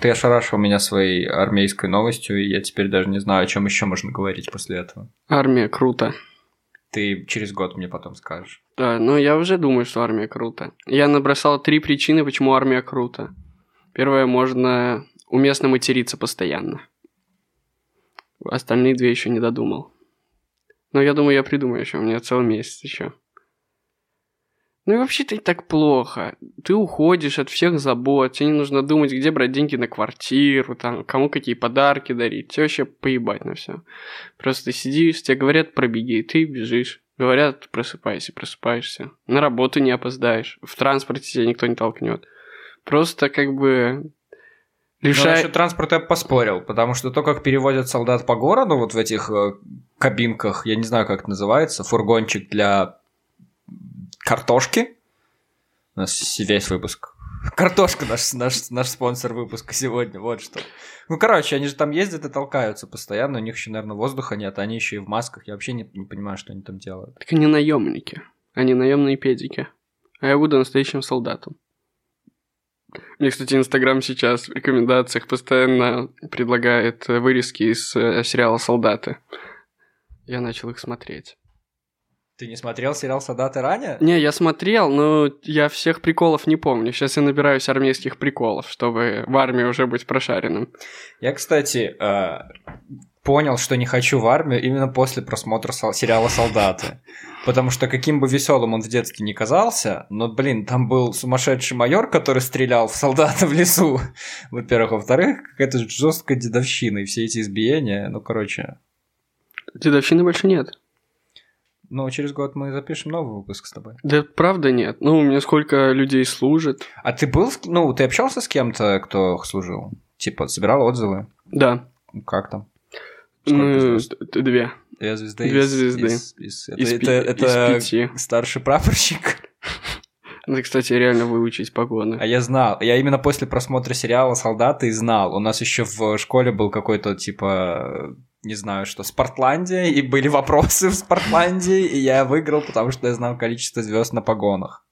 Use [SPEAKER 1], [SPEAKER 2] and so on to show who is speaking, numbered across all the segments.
[SPEAKER 1] Ты ошарашил меня своей армейской новостью, и я теперь даже не знаю, о чем еще можно говорить после этого.
[SPEAKER 2] Армия круто.
[SPEAKER 1] Ты через год мне потом скажешь.
[SPEAKER 2] Да, ну я уже думаю, что армия круто. Я набросал три причины, почему армия круто. Первое, можно уместно материться постоянно. Остальные две еще не додумал. Но я думаю, я придумаю еще. У меня целый месяц еще. Ну и вообще-то и так плохо. Ты уходишь от всех забот, тебе не нужно думать, где брать деньги на квартиру, там, кому какие подарки дарить. Тебе вообще поебать на все. Просто сидишь, тебе говорят пробеги, и ты бежишь. Говорят, просыпайся, просыпаешься. На работу не опоздаешь. В транспорте тебя никто не толкнет. Просто как бы
[SPEAKER 1] Но
[SPEAKER 2] лишай...
[SPEAKER 1] насчет Ну, транспорта я поспорил, потому что то, как переводят солдат по городу вот в этих э, кабинках, я не знаю, как это называется, фургончик для картошки. У нас с- весь выпуск. Картошка наш, наш, наш спонсор выпуска сегодня, вот что. Ну, короче, они же там ездят и толкаются постоянно, у них еще, наверное, воздуха нет, они еще и в масках, я вообще не, не понимаю, что они там делают.
[SPEAKER 2] Так они наемники. Они наемные педики. А я буду настоящим солдатом. Мне, кстати, Инстаграм сейчас в рекомендациях постоянно предлагает э, вырезки из э, сериала «Солдаты». Я начал их смотреть.
[SPEAKER 1] Ты не смотрел сериал «Солдаты ранее?
[SPEAKER 2] Не, я смотрел, но я всех приколов не помню. Сейчас я набираюсь армейских приколов, чтобы в армии уже быть прошаренным.
[SPEAKER 1] Я, кстати, э, понял, что не хочу в армию именно после просмотра сол- сериала «Солдаты». Потому что каким бы веселым он в детстве не казался, но, блин, там был сумасшедший майор, который стрелял в солдата в лесу, во-первых. Во-вторых, какая-то жесткая дедовщина и все эти избиения. Ну, короче,
[SPEAKER 2] Дедовщины больше нет.
[SPEAKER 1] ну, через год мы запишем новый выпуск с тобой.
[SPEAKER 2] Да правда нет. Ну, у меня сколько людей служит.
[SPEAKER 1] А ты был, с к- ну, ты общался с кем-то, кто служил? Типа, собирал отзывы?
[SPEAKER 2] Да.
[SPEAKER 1] Как там? Сколько
[SPEAKER 2] Ну,
[SPEAKER 1] звезд?
[SPEAKER 2] д- две.
[SPEAKER 1] Две звезды.
[SPEAKER 2] две
[SPEAKER 1] из-
[SPEAKER 2] звезды.
[SPEAKER 1] из- из- это-
[SPEAKER 2] Из
[SPEAKER 1] это-
[SPEAKER 2] пи-
[SPEAKER 1] это
[SPEAKER 2] из пяти.
[SPEAKER 1] старший прапорщик.
[SPEAKER 2] Надо, кстати, реально выучить погоны.
[SPEAKER 1] А я знал, я именно после просмотра сериала «Солдаты» и знал. У нас еще в школе был какой-то, типа, не знаю что, Спортландия, и были вопросы в Спортландии, и я выиграл, потому что я знал количество звезд на погонах.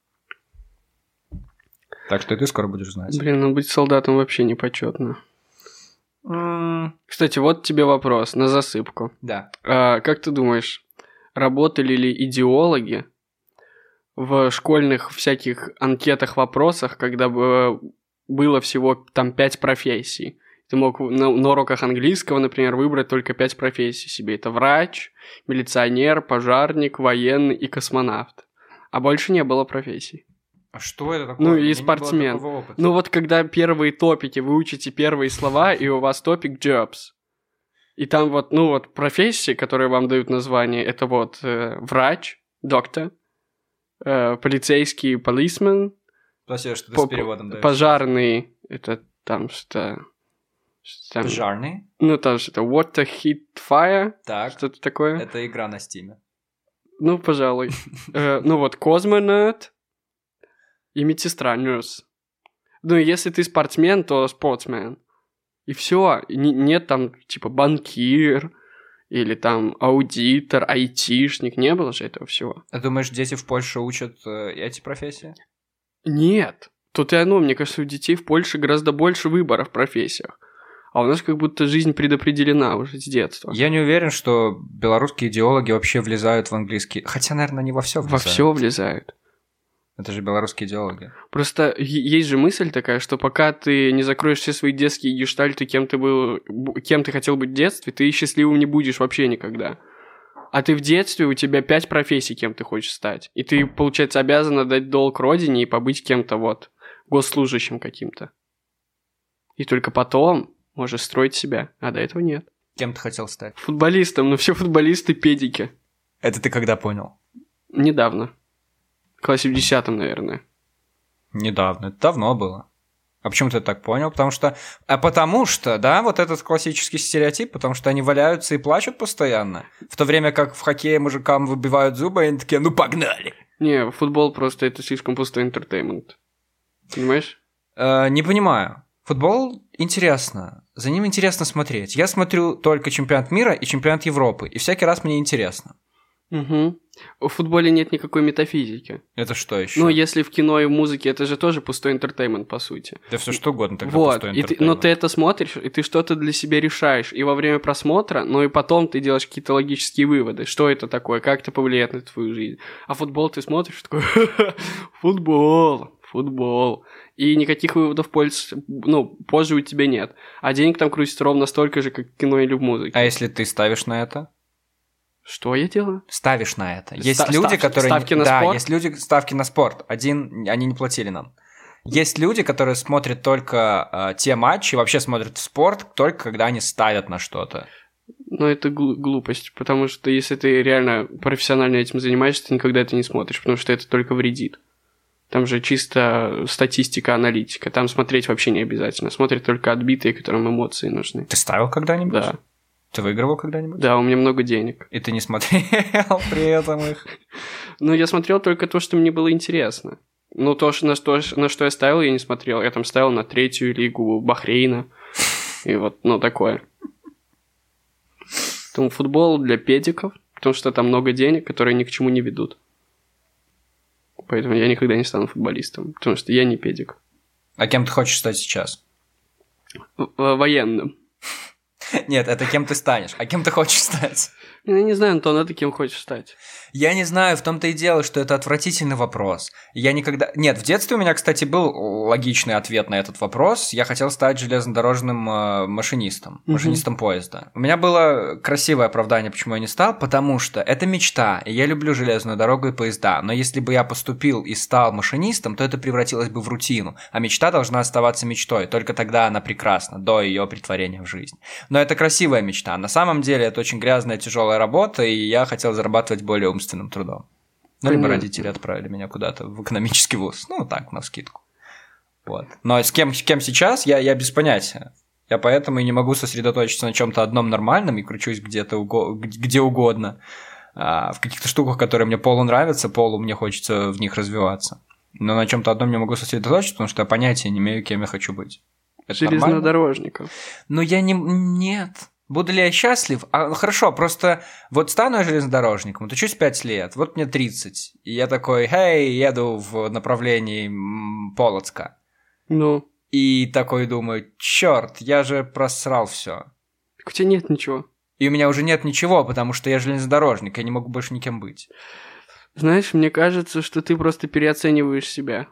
[SPEAKER 1] Так что и ты скоро будешь знать.
[SPEAKER 2] Блин, ну быть солдатом вообще непочетно.
[SPEAKER 1] М,
[SPEAKER 2] Кстати, вот тебе вопрос на засыпку.
[SPEAKER 1] Да.
[SPEAKER 2] А, как ты думаешь, работали ли идеологи в школьных всяких анкетах, вопросах, когда бы было всего там пять профессий? Ты мог на, на уроках английского, например, выбрать только пять профессий себе. Это врач, милиционер, пожарник, военный и космонавт. А больше не было профессий.
[SPEAKER 1] А что это
[SPEAKER 2] такое? Ну, и У меня не было спортсмен. Ну вот когда первые топики, вы учите первые слова, и у вас топик jobs. И там вот, ну вот, профессии, которые вам дают название, это вот э, врач, доктор, э, полицейский, полисмен,
[SPEAKER 1] что
[SPEAKER 2] по-
[SPEAKER 1] с переводом даешь.
[SPEAKER 2] пожарный, это там что... что там,
[SPEAKER 1] Пожарный.
[SPEAKER 2] Ну там что-то water, heat, fire,
[SPEAKER 1] Так.
[SPEAKER 2] что-то такое.
[SPEAKER 1] Это игра на стиме.
[SPEAKER 2] Ну, пожалуй. Э, Ну вот, космонавт и медсестра, nurse. Ну, и если ты спортсмен, то спортсмен. И все. Нет там, типа, банкир или там аудитор, айтишник. Не было же этого всего.
[SPEAKER 1] А думаешь, дети в Польше учат э, эти профессии?
[SPEAKER 2] Нет. Тут и оно, мне кажется, у детей в Польше гораздо больше выбора в профессиях. А у нас как будто жизнь предопределена уже с детства.
[SPEAKER 1] Я не уверен, что белорусские идеологи вообще влезают в английский. Хотя, наверное, не во все
[SPEAKER 2] Во
[SPEAKER 1] влезают.
[SPEAKER 2] все влезают.
[SPEAKER 1] Это же белорусские идеологи.
[SPEAKER 2] Просто е- есть же мысль такая, что пока ты не закроешь все свои детские гештальты, кем ты был, бу- кем ты хотел быть в детстве, ты счастливым не будешь вообще никогда. А ты в детстве, у тебя пять профессий, кем ты хочешь стать. И ты, получается, обязан отдать долг родине и побыть кем-то вот, госслужащим каким-то. И только потом можешь строить себя, а до этого нет.
[SPEAKER 1] Кем ты хотел стать?
[SPEAKER 2] Футболистом, но все футболисты педики.
[SPEAKER 1] Это ты когда понял?
[SPEAKER 2] Недавно. В классе в десятом, наверное.
[SPEAKER 1] Недавно. Это давно было. А почему ты так понял? Потому что... А потому что, да, вот этот классический стереотип, потому что они валяются и плачут постоянно, в то время как в хоккее мужикам выбивают зубы, и они такие, ну погнали!
[SPEAKER 2] Не, футбол просто это слишком пустой интертеймент. Понимаешь?
[SPEAKER 1] Э, не понимаю. Футбол интересно. За ним интересно смотреть. Я смотрю только чемпионат мира и чемпионат Европы, и всякий раз мне интересно.
[SPEAKER 2] Угу. В футболе нет никакой метафизики.
[SPEAKER 1] Это что еще?
[SPEAKER 2] Ну, если в кино и в музыке, это же тоже пустой интертеймент, по сути.
[SPEAKER 1] Да все что угодно тогда
[SPEAKER 2] вот,
[SPEAKER 1] пустой
[SPEAKER 2] и ты, но
[SPEAKER 1] entertainment.
[SPEAKER 2] ты это смотришь, и ты что-то для себя решаешь. И во время просмотра, но и потом ты делаешь какие-то логические выводы. Что это такое, как это повлияет на твою жизнь. А футбол ты смотришь, такой, футбол, футбол. И никаких выводов польз, ну, позже у тебя нет. А денег там крутится ровно столько же, как в кино или в музыке.
[SPEAKER 1] А если ты ставишь на это?
[SPEAKER 2] Что я делаю?
[SPEAKER 1] Ставишь на это. Есть
[SPEAKER 2] Ста-
[SPEAKER 1] люди,
[SPEAKER 2] став-
[SPEAKER 1] которые...
[SPEAKER 2] ставки на
[SPEAKER 1] да,
[SPEAKER 2] спорт?
[SPEAKER 1] есть люди, ставки на спорт. Один, они не платили нам. Есть люди, которые смотрят только э, те матчи, вообще смотрят спорт только когда они ставят на что-то.
[SPEAKER 2] Ну, это глу- глупость, потому что если ты реально профессионально этим занимаешься, ты никогда это не смотришь, потому что это только вредит. Там же чисто статистика, аналитика. Там смотреть вообще не обязательно. Смотрят только отбитые, которым эмоции нужны.
[SPEAKER 1] Ты ставил когда-нибудь?
[SPEAKER 2] Да.
[SPEAKER 1] Ты выигрывал когда-нибудь?
[SPEAKER 2] Да, у меня много денег.
[SPEAKER 1] И ты не смотрел при этом их.
[SPEAKER 2] Но я смотрел только то, что мне было интересно. Ну, то, что, на, что, на что я ставил, я не смотрел. Я там ставил на третью лигу Бахрейна. И вот, ну, такое. Там футбол для педиков, потому что там много денег, которые ни к чему не ведут. Поэтому я никогда не стану футболистом, потому что я не педик.
[SPEAKER 1] А кем ты хочешь стать сейчас?
[SPEAKER 2] В- в- Военным.
[SPEAKER 1] Нет, это кем ты станешь, а кем ты хочешь стать?
[SPEAKER 2] Я не знаю, Антон, а ты кем хочешь стать?
[SPEAKER 1] Я не знаю, в том-то и дело, что это отвратительный вопрос. Я никогда... Нет, в детстве у меня, кстати, был логичный ответ на этот вопрос. Я хотел стать железнодорожным э, машинистом,
[SPEAKER 2] Мгм.
[SPEAKER 1] машинистом поезда. У меня было красивое оправдание, почему я не стал, потому что это мечта, и я люблю железную дорогу и поезда. Но если бы я поступил и стал машинистом, то это превратилось бы в рутину. А мечта должна оставаться мечтой, только тогда она прекрасна, до ее притворения в жизнь. Но это красивая мечта. На самом деле это очень грязная, тяжелая работа, и я хотел зарабатывать более умственным трудом. Ну, либо
[SPEAKER 2] Понятно.
[SPEAKER 1] родители отправили меня куда-то в экономический вуз. Ну, так, на скидку. Вот. Но с кем, с кем сейчас, я, я без понятия. Я поэтому и не могу сосредоточиться на чем-то одном нормальном и кручусь где-то уго- г- где угодно. А, в каких-то штуках, которые мне полу нравятся, полу мне хочется в них развиваться. Но на чем-то одном не могу сосредоточиться, потому что я понятия не имею, кем я хочу быть. Это нормально?
[SPEAKER 2] Железнодорожников.
[SPEAKER 1] Но «Ну, я не... Нет. Буду ли я счастлив? А, ну, хорошо, просто вот стану я железнодорожником, учусь 5 лет, вот мне 30, и я такой, «Эй, еду в направлении м, Полоцка».
[SPEAKER 2] Ну,
[SPEAKER 1] И такой думаю, черт, я же просрал все.
[SPEAKER 2] так у тебя нет ничего.
[SPEAKER 1] И у меня уже нет ничего, потому что я железнодорожник, я не могу больше никем быть.
[SPEAKER 2] Знаешь, мне кажется, что ты просто переоцениваешь себя.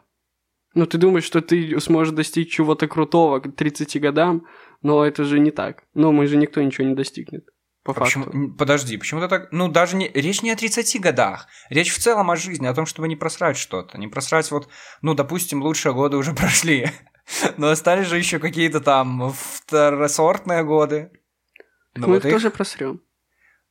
[SPEAKER 2] Ну, ты думаешь, что ты сможешь достичь чего-то крутого к 30 годам, но это же не так. Но мы же никто ничего не достигнет. По
[SPEAKER 1] А почему-
[SPEAKER 2] факту.
[SPEAKER 1] н- Подожди, почему ты так... Ну, даже не... Речь не о 30 годах. Речь в целом о жизни, о том, чтобы не просрать что-то. Не просрать вот... Ну, допустим, лучшие годы уже прошли. Но остались же еще какие-то там второсортные годы.
[SPEAKER 2] Так
[SPEAKER 1] Ну,
[SPEAKER 2] мы
[SPEAKER 1] вот
[SPEAKER 2] их
[SPEAKER 1] их-
[SPEAKER 2] тоже просрем.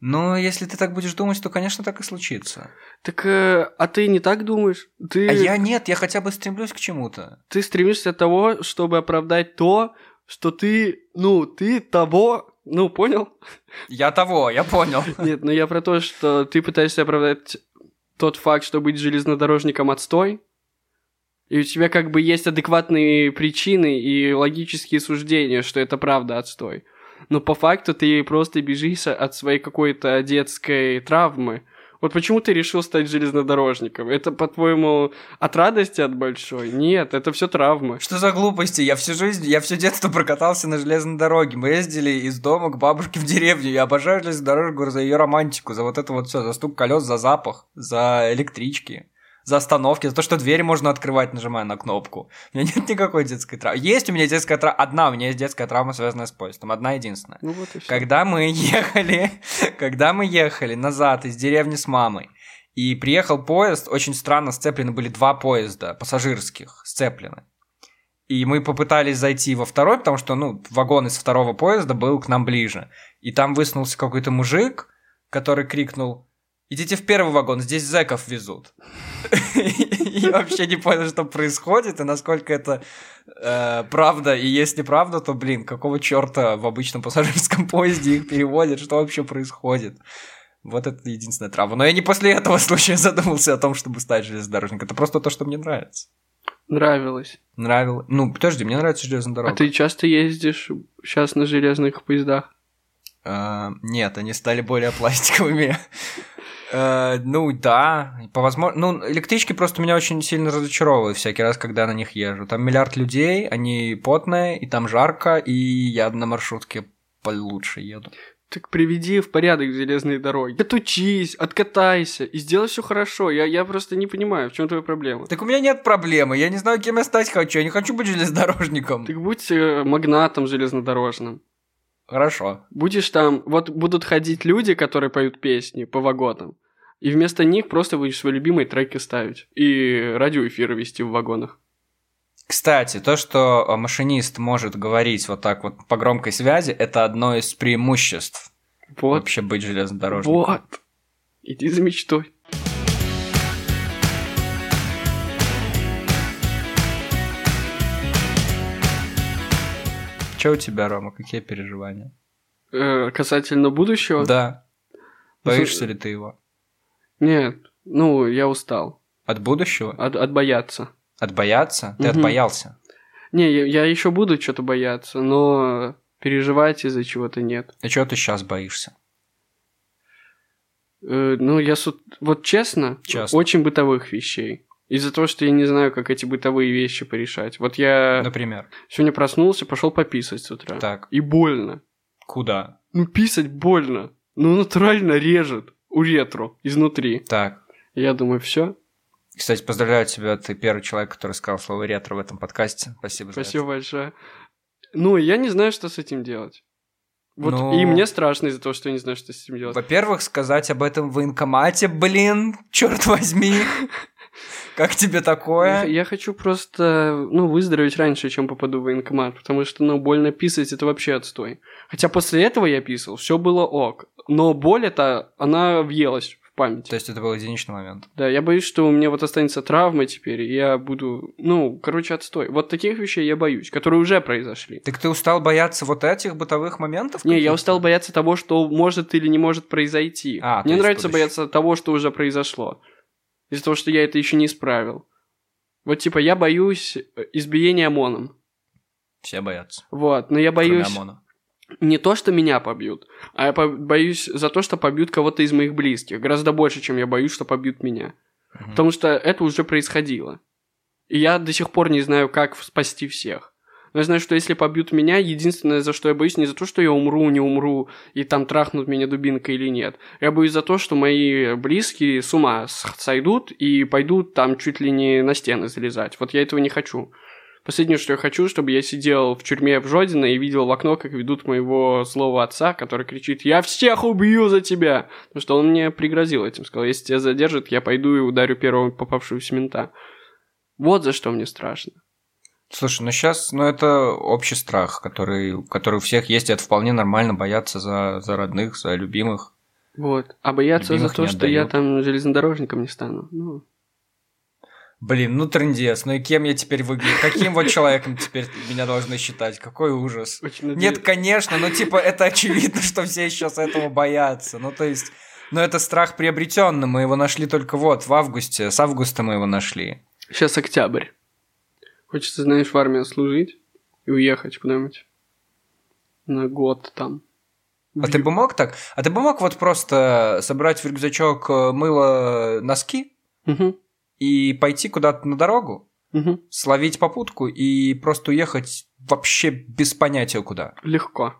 [SPEAKER 1] Ну, если ты так будешь думать, то, конечно, так и случится.
[SPEAKER 2] Так, э, а ты не так думаешь? Ты,
[SPEAKER 1] А я нет, я хотя бы стремлюсь к чему-то.
[SPEAKER 2] ты стремишься того, чтобы оправдать то, что ты, ну, ты того, ну, понял?
[SPEAKER 1] Я того, я понял.
[SPEAKER 2] Нет, ну я про то, что ты пытаешься оправдать тот факт, что быть железнодорожником отстой, и у тебя как бы есть адекватные причины и логические суждения, что это правда отстой. Но по факту ты просто бежишь от своей какой-то детской травмы. Вот почему ты решил стать железнодорожником? Это, по-твоему, от радости от большой? Нет, это все травмы.
[SPEAKER 1] Что за глупости? Я всю жизнь, я все детство прокатался на железной дороге. Мы ездили из дома к бабушке в деревню. Я обожаю железную дорогу за ее романтику, за вот это вот все, за стук колес, за запах, за электрички, за остановки, за то, что двери можно открывать, нажимая на кнопку. У меня нет никакой детской травмы. Есть у меня детская травма, одна у меня есть детская травма, связанная с поездом, одна единственная.
[SPEAKER 2] Ну вот и все.
[SPEAKER 1] Когда мы ехали, когда мы ехали назад из деревни с мамой, и приехал поезд, очень странно сцеплены были два поезда пассажирских, сцеплены. И мы попытались зайти во второй, потому что, ну, вагон из второго поезда был к нам ближе. И там высунулся какой-то мужик, который крикнул «Идите в первый вагон, здесь зэков везут». И вообще не понял, что происходит, и насколько это э, правда. И если правда, то, блин, какого черта в обычном пассажирском поезде их переводят? Что вообще происходит? Вот это единственная травма. Но я не после этого случая задумался о том, чтобы стать железнодорожником. Это просто то, что мне нравится.
[SPEAKER 2] Нравилось.
[SPEAKER 1] Нравилось. Ну, подожди, мне нравится железная дорога.
[SPEAKER 2] А ты часто ездишь сейчас на железных поездах?
[SPEAKER 1] А, нет, они стали более пластиковыми. Э, ну да, по возможно, ну электрички просто меня очень сильно разочаровывают всякий раз, когда я на них езжу. Там миллиард людей, они потные, и там жарко, и я на маршрутке получше еду.
[SPEAKER 2] Так приведи в порядок железные дороги. Отучись, откатайся и сделай все хорошо. Я, я просто не понимаю, в чем твоя проблема.
[SPEAKER 1] Так у меня нет проблемы, я не знаю, кем я стать хочу, я не хочу быть железнодорожником.
[SPEAKER 2] Так будь э, магнатом железнодорожным.
[SPEAKER 1] Хорошо.
[SPEAKER 2] Будешь там, вот будут ходить люди, которые поют песни по вагонам, и вместо них просто будешь свои любимые треки ставить и радиоэфиры вести в вагонах.
[SPEAKER 1] Кстати, то, что э, машинист может говорить вот так вот по громкой связи, это одно из преимуществ
[SPEAKER 2] Вот,
[SPEAKER 1] вообще быть железнодорожником.
[SPEAKER 2] вот. Иди за мечтой.
[SPEAKER 1] Че у тебя, Рома, какие переживания?
[SPEAKER 2] Э, касательно будущего?
[SPEAKER 1] Да.
[SPEAKER 2] Ну, слушай-
[SPEAKER 1] Боишься ли ты его?
[SPEAKER 2] Нет, ну, я устал.
[SPEAKER 1] От будущего?
[SPEAKER 2] От, от бояться.
[SPEAKER 1] От бояться? Ты
[SPEAKER 2] Мгм.
[SPEAKER 1] отбоялся.
[SPEAKER 2] Не, я, еще буду что-то бояться, но переживать из-за чего-то нет.
[SPEAKER 1] А чего ты сейчас боишься?
[SPEAKER 2] Э, ну, я су- вот честно,
[SPEAKER 1] Честно.
[SPEAKER 2] очень бытовых вещей. Из-за того, что я не знаю, как эти бытовые вещи порешать. Вот я
[SPEAKER 1] Например.
[SPEAKER 2] сегодня проснулся, пошел пописать с утра.
[SPEAKER 1] Так,
[SPEAKER 2] И больно.
[SPEAKER 1] куда?
[SPEAKER 2] Ну, писать больно. Ну, натурально режет. Уретру. Изнутри.
[SPEAKER 1] Так.
[SPEAKER 2] Я думаю, все.
[SPEAKER 1] Кстати, поздравляю тебя, ты первый человек, который сказал слово ретро в этом подкасте. Спасибо,
[SPEAKER 2] Спасибо
[SPEAKER 1] за
[SPEAKER 2] большое. Ну, я не знаю, что с этим делать. Вот
[SPEAKER 1] Ну-
[SPEAKER 2] и мне страшно из-за того, что я не знаю, что с этим
[SPEAKER 1] это.
[SPEAKER 2] делать.
[SPEAKER 1] Во-первых, сказать об этом в военкомате, блин, черт возьми. Как тебе
[SPEAKER 2] Я,
[SPEAKER 1] такое?
[SPEAKER 2] я хочу просто, ну, выздороветь раньше, чем попаду в военкомат, потому что, ну, больно писать, это вообще отстой. Хотя после этого я писал, все было ок. Но боль эта, она въелась в память.
[SPEAKER 1] То есть это был единичный момент.
[SPEAKER 2] Да, я боюсь, что у меня вот останется травма теперь, и я буду, ну, короче, отстой. Вот таких вещей я боюсь, которые уже произошли.
[SPEAKER 1] Так ты устал бояться вот этих бытовых моментов?
[SPEAKER 2] Не, я
[SPEAKER 1] каких-то?
[SPEAKER 2] устал бояться того, что может или не может произойти.
[SPEAKER 1] А, то
[SPEAKER 2] Мне
[SPEAKER 1] есть
[SPEAKER 2] нравится
[SPEAKER 1] будущее.
[SPEAKER 2] бояться того, что уже произошло. Из-за того, что я это еще не исправил. Вот типа я боюсь э, избиения ОМОНом.
[SPEAKER 1] Все боятся.
[SPEAKER 2] Вот, но я
[SPEAKER 1] кроме
[SPEAKER 2] боюсь
[SPEAKER 1] ОМОНа.
[SPEAKER 2] не то, что меня побьют, а я по- боюсь за то, что побьют кого-то из моих близких. Гораздо больше, чем я боюсь, что побьют меня.
[SPEAKER 1] Мгм.
[SPEAKER 2] Потому что это уже происходило. И я до сих пор не знаю, как спасти всех. Но я знаю, что если побьют меня, единственное, за что я боюсь, не за то, что я умру, не умру, и там трахнут меня дубинкой или нет. Я боюсь за то, что мои близкие с ума с- сойдут и пойдут там чуть ли не на стены залезать. Вот я этого не хочу. Последнее, что я хочу, чтобы я сидел в тюрьме в Жодино и видел в окно, как ведут моего злого отца, который кричит «Я всех убью за тебя!» Потому что он мне пригрозил этим, сказал «Если тебя задержат, я пойду и ударю первого попавшегося мента». Вот за что мне страшно.
[SPEAKER 1] Слушай, ну сейчас, ну это общий страх, который, который у всех есть, и это вполне нормально бояться за, за родных, за любимых.
[SPEAKER 2] Вот. А бояться за
[SPEAKER 1] Любимых
[SPEAKER 2] то,
[SPEAKER 1] не
[SPEAKER 2] что я
[SPEAKER 1] отдаю.
[SPEAKER 2] там железнодорожником не стану. Ну,
[SPEAKER 1] Блин, ну трындец, ну и кем я теперь выгляжу? Каким вот человеком теперь меня должны считать? Какой ужас.
[SPEAKER 2] очень надеюсь.
[SPEAKER 1] Нет, конечно, но типа это очевидно, что все сейчас этого боятся. Ну то есть, ну это страх приобретенный, мы его нашли только вот в августе, с августа мы его нашли.
[SPEAKER 2] Сейчас октябрь. Хочется, знаешь, в армию служить и уехать куда-нибудь. На год там.
[SPEAKER 1] А ты бы мог так? А ты бы мог вот просто собрать в рюкзачок э, мыло, носки
[SPEAKER 2] Угу.
[SPEAKER 1] и пойти куда-то на дорогу?
[SPEAKER 2] Угу.
[SPEAKER 1] словить попутку и просто уехать вообще без понятия куда.
[SPEAKER 2] Легко.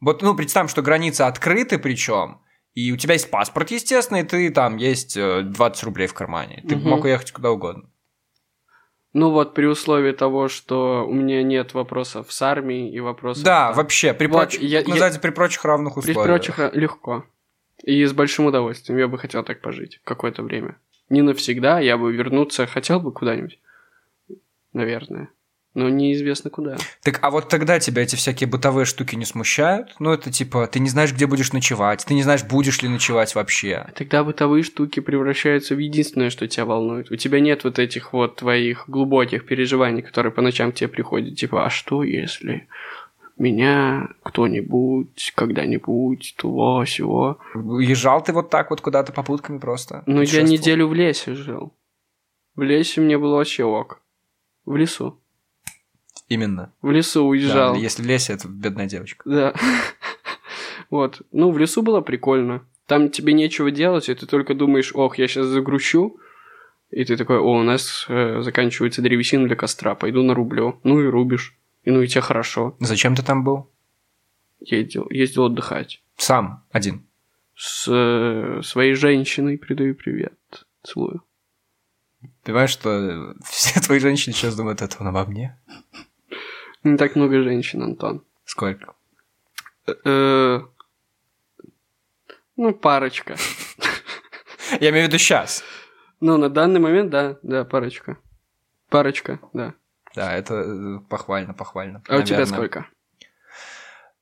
[SPEAKER 1] Вот, ну, представим, что границы открыты причем, и у тебя есть паспорт, естественно, и ты там есть э, 20 рублей в кармане. Ты бы
[SPEAKER 2] Мгм.
[SPEAKER 1] мог уехать куда угодно.
[SPEAKER 2] Ну вот при условии того, что у меня нет вопросов с армией и вопросов...
[SPEAKER 1] да,
[SPEAKER 2] там,
[SPEAKER 1] вообще, при
[SPEAKER 2] Вот,
[SPEAKER 1] прочих,
[SPEAKER 2] Ну, я-
[SPEAKER 1] как
[SPEAKER 2] я-
[SPEAKER 1] называется, при прочих равных
[SPEAKER 2] При
[SPEAKER 1] условиях.
[SPEAKER 2] прочих э, легко. И с большим удовольствием. Я бы хотел так пожить какое-то время. Не навсегда, я бы вернуться хотел бы куда-нибудь. Наверное. Но неизвестно куда.
[SPEAKER 1] Так, а вот тогда тебя эти всякие бытовые штуки не смущают? Ну, это типа, ты не знаешь, где будешь ночевать, ты не знаешь, будешь ли ночевать вообще.
[SPEAKER 2] А Тогда бытовые штуки превращаются в единственное, что тебя волнует. У тебя нет вот этих вот твоих глубоких переживаний, которые по ночам к тебе приходят. Типа, а что если меня кто-нибудь когда-нибудь того сего
[SPEAKER 1] Езжал ты вот так вот куда-то попутками просто?
[SPEAKER 2] Ну, я
[SPEAKER 1] путешествовал?
[SPEAKER 2] неделю в лесе жил. В лесе мне было вообще ок. В лесу.
[SPEAKER 1] Именно.
[SPEAKER 2] В лесу
[SPEAKER 1] Да,
[SPEAKER 2] уезжал. Да.
[SPEAKER 1] если в лесе, это бедная девочка.
[SPEAKER 2] Вот. Ну, в лесу было прикольно. Там тебе нечего делать, и ты только думаешь, ох, я сейчас загрущу. И ты такой, о, у нас э, заканчивается древесина для костра, пойду нарублю. Ну и рубишь. И ну и тебе хорошо.
[SPEAKER 1] Зачем ты там был?
[SPEAKER 2] Ездил, ездил отдыхать.
[SPEAKER 1] Сам, один.
[SPEAKER 2] С э, своей женщиной передаю привет. Целую.
[SPEAKER 1] Понимаешь, что э, все твои женщины сейчас думают, это он обо мне?
[SPEAKER 2] Не так много женщин, Антон.
[SPEAKER 1] Сколько?
[SPEAKER 2] Э, э, ну, парочка.
[SPEAKER 1] Я имею в виду сейчас.
[SPEAKER 2] Ну, на данный момент, да, да, парочка. Парочка, да.
[SPEAKER 1] Да, это э, похвально, похвально.
[SPEAKER 2] А у тебя
[SPEAKER 1] Наверное.
[SPEAKER 2] сколько?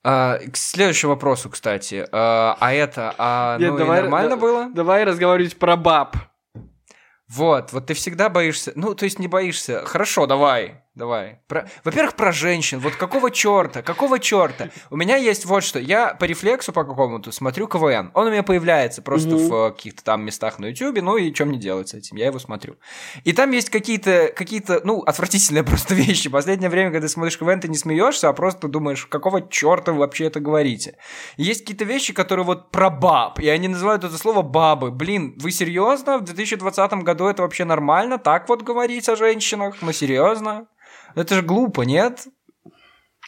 [SPEAKER 1] А, к следующему вопросу, кстати. А, а это, а,
[SPEAKER 2] Нет,
[SPEAKER 1] ну и
[SPEAKER 2] давай-
[SPEAKER 1] нормально
[SPEAKER 2] да-
[SPEAKER 1] было?
[SPEAKER 2] Давай разговаривать про баб.
[SPEAKER 1] Вот, вот ты всегда боишься. Ну, то есть не боишься. Хорошо, давай, давай. Про- Во-первых, про женщин. Вот какого черта, какого черта? У меня есть вот что. Я по рефлексу по какому-то смотрю КВН. Он у меня появляется просто
[SPEAKER 2] Мгм.
[SPEAKER 1] в э, каких-то там местах на Ютубе, ну и чем не делать с этим, я его смотрю. И там есть какие-то, какие-то, ну, отвратительные просто вещи. Последнее время, когда ты смотришь КВН, ты не смеешься, а просто думаешь, какого черта вы вообще это говорите? И Есть какие-то вещи, которые вот про баб, и они называют это слово бабы. Блин, вы серьезно? В 2020 году это вообще нормально? Так вот говорить о женщинах? Ну, серьезно? Это же глупо, нет?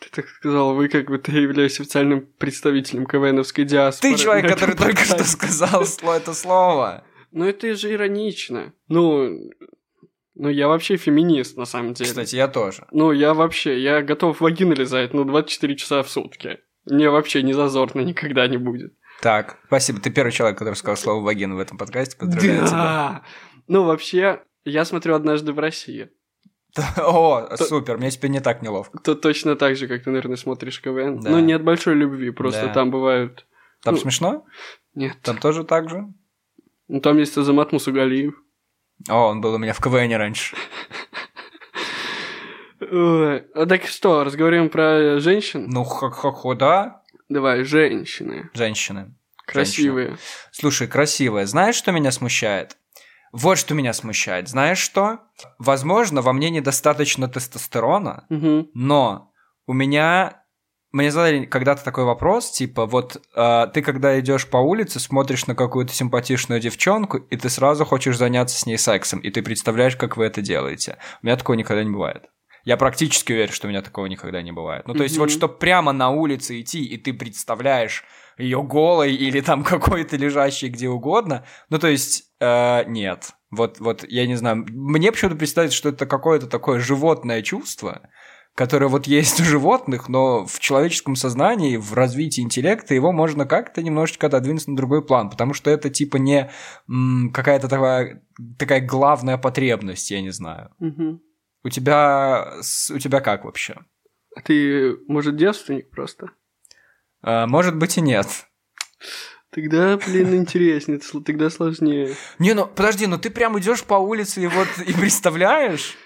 [SPEAKER 2] Ты так сказал, вы как бы ты являюсь официальным представителем КВНовской диаспоры.
[SPEAKER 1] Ты человек,
[SPEAKER 2] на этом
[SPEAKER 1] который только что
[SPEAKER 2] подкасте.
[SPEAKER 1] сказал сло- это слово.
[SPEAKER 2] Ну это же иронично. Ну, ну я вообще феминист на самом деле.
[SPEAKER 1] Кстати, я тоже.
[SPEAKER 2] Ну я вообще, я готов вагины лизать, ну 24 часа в сутки. Мне вообще не зазорно никогда не будет.
[SPEAKER 1] Так, спасибо. Ты первый человек, который сказал слово вагина в этом подкасте. Поздравляю тебя.
[SPEAKER 2] Да. Ну вообще, я смотрю однажды в России.
[SPEAKER 1] О, супер, мне теперь не так неловко.
[SPEAKER 2] То точно так же, как ты, наверное, смотришь КВН.
[SPEAKER 1] Да.
[SPEAKER 2] Ну не от большой любви, просто
[SPEAKER 1] Да.
[SPEAKER 2] там бывают.
[SPEAKER 1] Там
[SPEAKER 2] Ну.
[SPEAKER 1] смешно?
[SPEAKER 2] Нет.
[SPEAKER 1] Там тоже так же?
[SPEAKER 2] Ну, там есть Азамат Мусугалиев.
[SPEAKER 1] О, он был у меня в КВН раньше.
[SPEAKER 2] Ой, а так что, разговариваем про женщин?
[SPEAKER 1] Ну, хо-хо-хо, да,
[SPEAKER 2] Давай, женщины.
[SPEAKER 1] женщины.
[SPEAKER 2] Красивые.
[SPEAKER 1] Слушай, красивая, знаешь, что меня смущает? Вот что меня смущает. Знаешь что? Возможно, во мне недостаточно тестостерона,
[SPEAKER 2] Мгм.
[SPEAKER 1] но у меня... Мне задали когда-то такой вопрос, типа, вот э, ты когда идешь по улице, смотришь на какую-то симпатичную девчонку, и ты сразу хочешь заняться с ней сексом, и ты представляешь, как вы это делаете. У меня такого никогда не бывает. Я практически уверен, что у меня такого никогда не бывает. Ну, то есть,
[SPEAKER 2] Мгм.
[SPEAKER 1] вот что прямо на улице идти, и ты представляешь ее голой или там какой-то лежащей где угодно. Ну, то есть, э, нет. Вот, вот, я не знаю. Мне почему-то представить, что это какое-то такое животное чувство, которое вот есть у животных, но в человеческом сознании, в развитии интеллекта его можно как-то немножечко отодвинуть на другой план, потому что это типа не м, какая-то такая, такая главная потребность, я не знаю.
[SPEAKER 2] Мгм.
[SPEAKER 1] У тебя, с- у тебя как вообще?
[SPEAKER 2] А ты, может, девственник просто?
[SPEAKER 1] Э, может быть и нет.
[SPEAKER 2] Тогда, блин, интереснее, сл- тогда сложнее.
[SPEAKER 1] Не, ну подожди, ну ты прям идешь по улице и вот и представляешь?